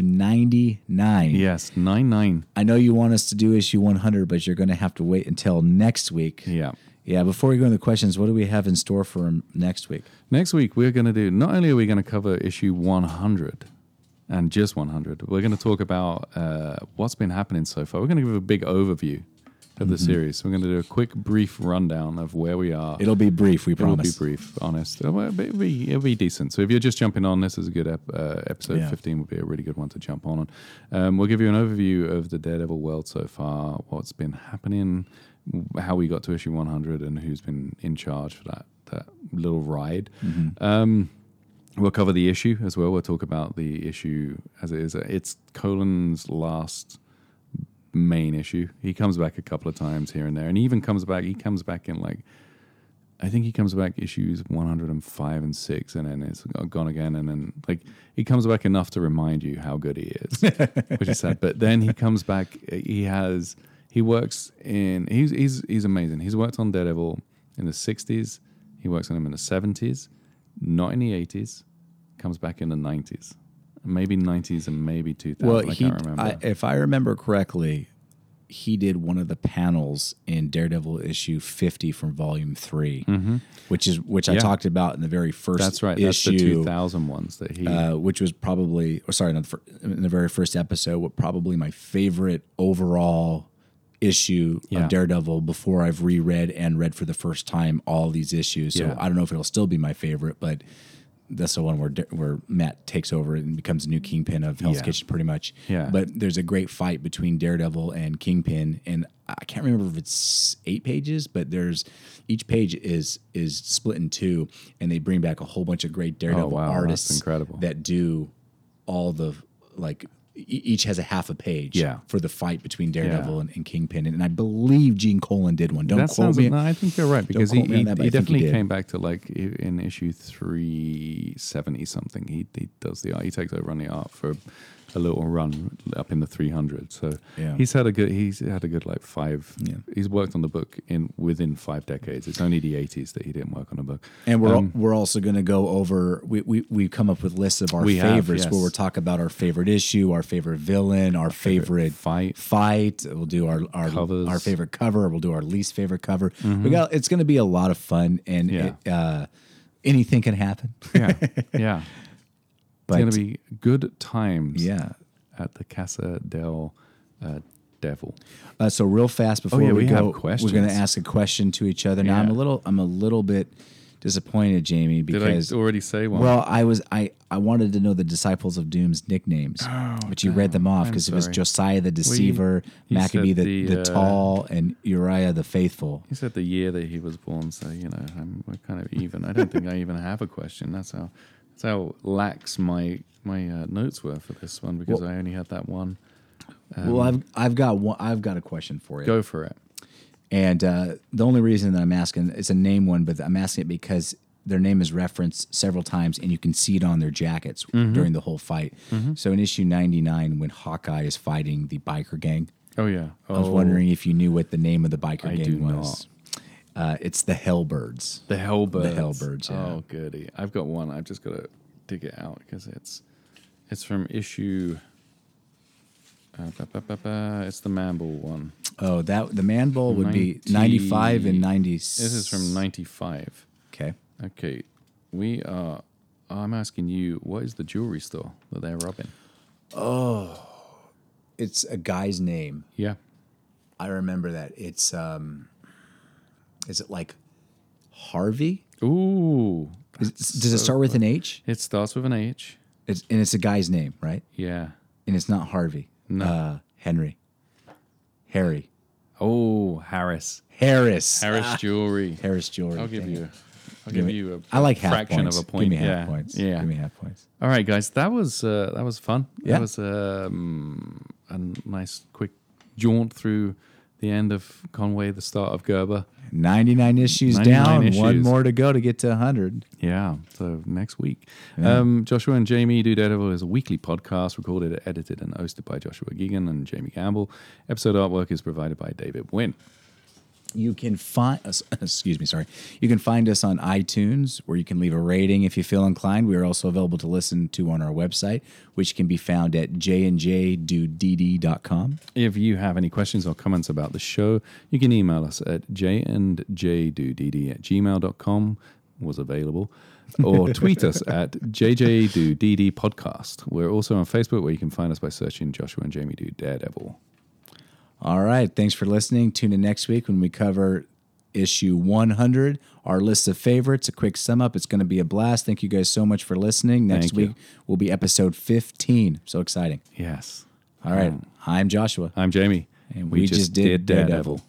B: 99.
A: Yes, nine nine.
B: I know you want us to do issue 100, but you're going to have to wait until next week.
A: Yeah.
B: Yeah. Before we go into the questions, what do we have in store for next week?
A: Next week, we're going to do not only are we going to cover issue 100 and just 100, we're going to talk about uh, what's been happening so far. We're going to give a big overview of the series. We're going to do a quick, brief rundown of where we are.
B: It'll be brief, we
A: It'll
B: promise.
A: be brief, honest. It'll be, it'll be- it'll be decent. So if you're just jumping on, this is a good ep- uh, episode.
B: Yeah.
A: 15 would be a really good one to jump on. Um, we'll give you an overview of the Daredevil world so far, what's been happening, how we got to issue 100, and who's been in charge for that that little ride.
B: Mm-hmm.
A: Um, we'll cover the issue as well. We'll talk about the issue as it is. It's Colin's last main issue. He comes back a couple of times here and there, and he even comes back. He comes back in like I think he comes back issues 105 and 6 and then it's gone again and then like he comes back enough to remind you how good he is which is sad but then he comes back he has he works in he's he's he's amazing he's worked on Daredevil in the 60s he works on him in the 70s not in the 80s comes back in the 90s maybe 90s and maybe 2000
B: Well,
A: I
B: he,
A: can't remember
B: I, if I remember correctly, he did one of the panels in Daredevil issue fifty from Volume 3 which is which I
A: Mm-hmm. Yeah.
B: talked about in the very first
A: that's right that's the
B: issue,
A: 2000 ones that he
B: uh, which was probably, or sorry, not the, fir- in the very first episode, what probably my favorite overall issue
A: Yeah.
B: of Daredevil before I've reread and read for the first time all these issues. So
A: Yeah.
B: I don't know if it'll still be my favorite, but that's the one where Da- where Matt takes over and becomes the new Kingpin of Hell's
A: Yeah.
B: Kitchen, pretty much.
A: Yeah.
B: But there's a great fight between Daredevil and Kingpin, and I can't remember if it's eight pages, but there's each page is is split in two, and they bring back a whole bunch of great Daredevil
A: Oh, wow, that's
B: artists
A: incredible.
B: that do all the like e- each has a half a page
A: Yeah.
B: for the fight between Daredevil and, and Kingpin, and I believe Gene Colan did one. Don't
A: That
B: quote
A: sounds.
B: me.
A: No, I think you're right because he,
B: quote me on
A: he,
B: that, but
A: he
B: I think he
A: definitely
B: did.
A: came back to like i- in issue three seventy something. He he does the art. He takes over on the art for a little run up in the three hundred. So
B: Yeah.
A: he's had a good. He's had a good like five. He's worked on the book in within five decades. It's only the eighties that he didn't work on a book.
B: And we're
A: Um,
B: al- we're also going to go over. We we we come up with lists of our
A: We have,
B: favorites,
A: yes.
B: where we'll talk about our favorite issue, our favorite villain, our favorite,
A: fight.
B: Fight. We'll do our our
A: Covers. Mm-hmm.
B: our favorite cover. We'll do our least favorite cover. We got. It's going to be a lot of fun, and
A: Yeah.
B: it, uh, anything can happen.
A: Yeah, yeah.
B: But-
A: it's gonna be good times.
B: yeah.
A: at the Casa del uh, Devil.
B: Uh, so real fast before
A: Oh, yeah,
B: we,
A: we have
B: go,
A: questions.
B: we're going to ask a question to each other. Now I'm
A: Yeah.
B: a little I'm a little bit disappointed, Jamie,
A: Did
B: because
A: I already say one?
B: well, I was I I wanted to know the disciples of Doom's nicknames, but you read them off because it
A: Oh,
B: was
A: sorry.
B: Josiah the Deceiver,
A: you
B: Maccabee
A: said
B: the,
A: the,
B: the,
A: uh,
B: Tall, and Uriah the Faithful.
A: He said the year that he was born, so you know I'm, we're kind of even. I don't think I even have a question. That's how that's how lax my my uh, notes were for this one because I only had that one. um,
B: well, I've I've got one I've got a question for you.
A: Go for it.
B: And uh, the only reason that I'm asking it's a name one, but I'm asking it because their name is referenced several times, and you can see it on their jackets
A: Mm-hmm.
B: during the whole fight. So in issue ninety nine, when Hawkeye is fighting the biker gang,
A: Oh yeah. Oh,
B: I was wondering if you knew what the name of the biker
A: I
B: gang
A: do
B: was. Uh, it's the Hellbirds.
A: the Hellbirds.
B: The Hellbirds, yeah.
A: Oh goody! I've got one. I've just got to dig it out because it's it's from issue. Uh, ba, ba, ba, ba. It's the Mamble one.
B: Oh, that the Man Bowl would be
A: 90
B: ninety five and ninety.
A: This is from '95.
B: Okay.
A: Okay, we are. I'm asking you, what is the jewelry store that they're robbing?
B: It's a guy's name.
A: Yeah,
B: I remember that. It's um, is it like Harvey?
A: Ooh.
B: Is- does it start with an H?
A: It starts with an H.
B: It's and it's a guy's name, right?
A: Yeah.
B: And it's not Harvey. No. Uh, Henry. Harry.
A: Oh, Harris.
B: Harris.
A: Harris Jewelry.
B: Harris Jewelry.
A: I'll give
B: Ah. Dang it.
A: you. I'll give
B: me-
A: you a
B: I like half
A: fraction
B: points.
A: of a point.
B: Give me half
A: yeah.
B: points.
A: Yeah.
B: Give me half points.
A: All right, guys. That was uh, that was fun.
B: Yeah.
A: That was um, a nice quick jaunt through the end of Conway, the start of Gerber.
B: Ninety nine issues
A: 99
B: down. One
A: issues.
B: more to go to get to hundred.
A: Yeah. So next week, um, Joshua and Jamie do Daredevil is a weekly podcast recorded, edited, and hosted by Joshua Gigan and Jamie Campbell. Episode artwork is provided by David Wynn.
B: You can find us, excuse me, sorry. You can find us on iTunes where you can leave a rating if you feel inclined. We are also available to listen to on our website, which can be found at jndjdudd.com.
A: If you have any questions or comments about the show, you can email us at jandjdudd at gmail.com, was available, or tweet us at jjdudd podcast. We're also on Facebook where you can find us by searching Joshua and Jamie Do Daredevil.
B: All right. Thanks for listening. Tune in next week when we cover issue 100, our list of favorites, a quick sum up. It's going to be a blast. Thank you guys so much for listening. Next
A: Thank you.
B: week will be episode 15. So exciting.
A: Yes. Mm.
B: All right. I'm Joshua.
A: I'm Jamie.
B: And we just did Daredevil.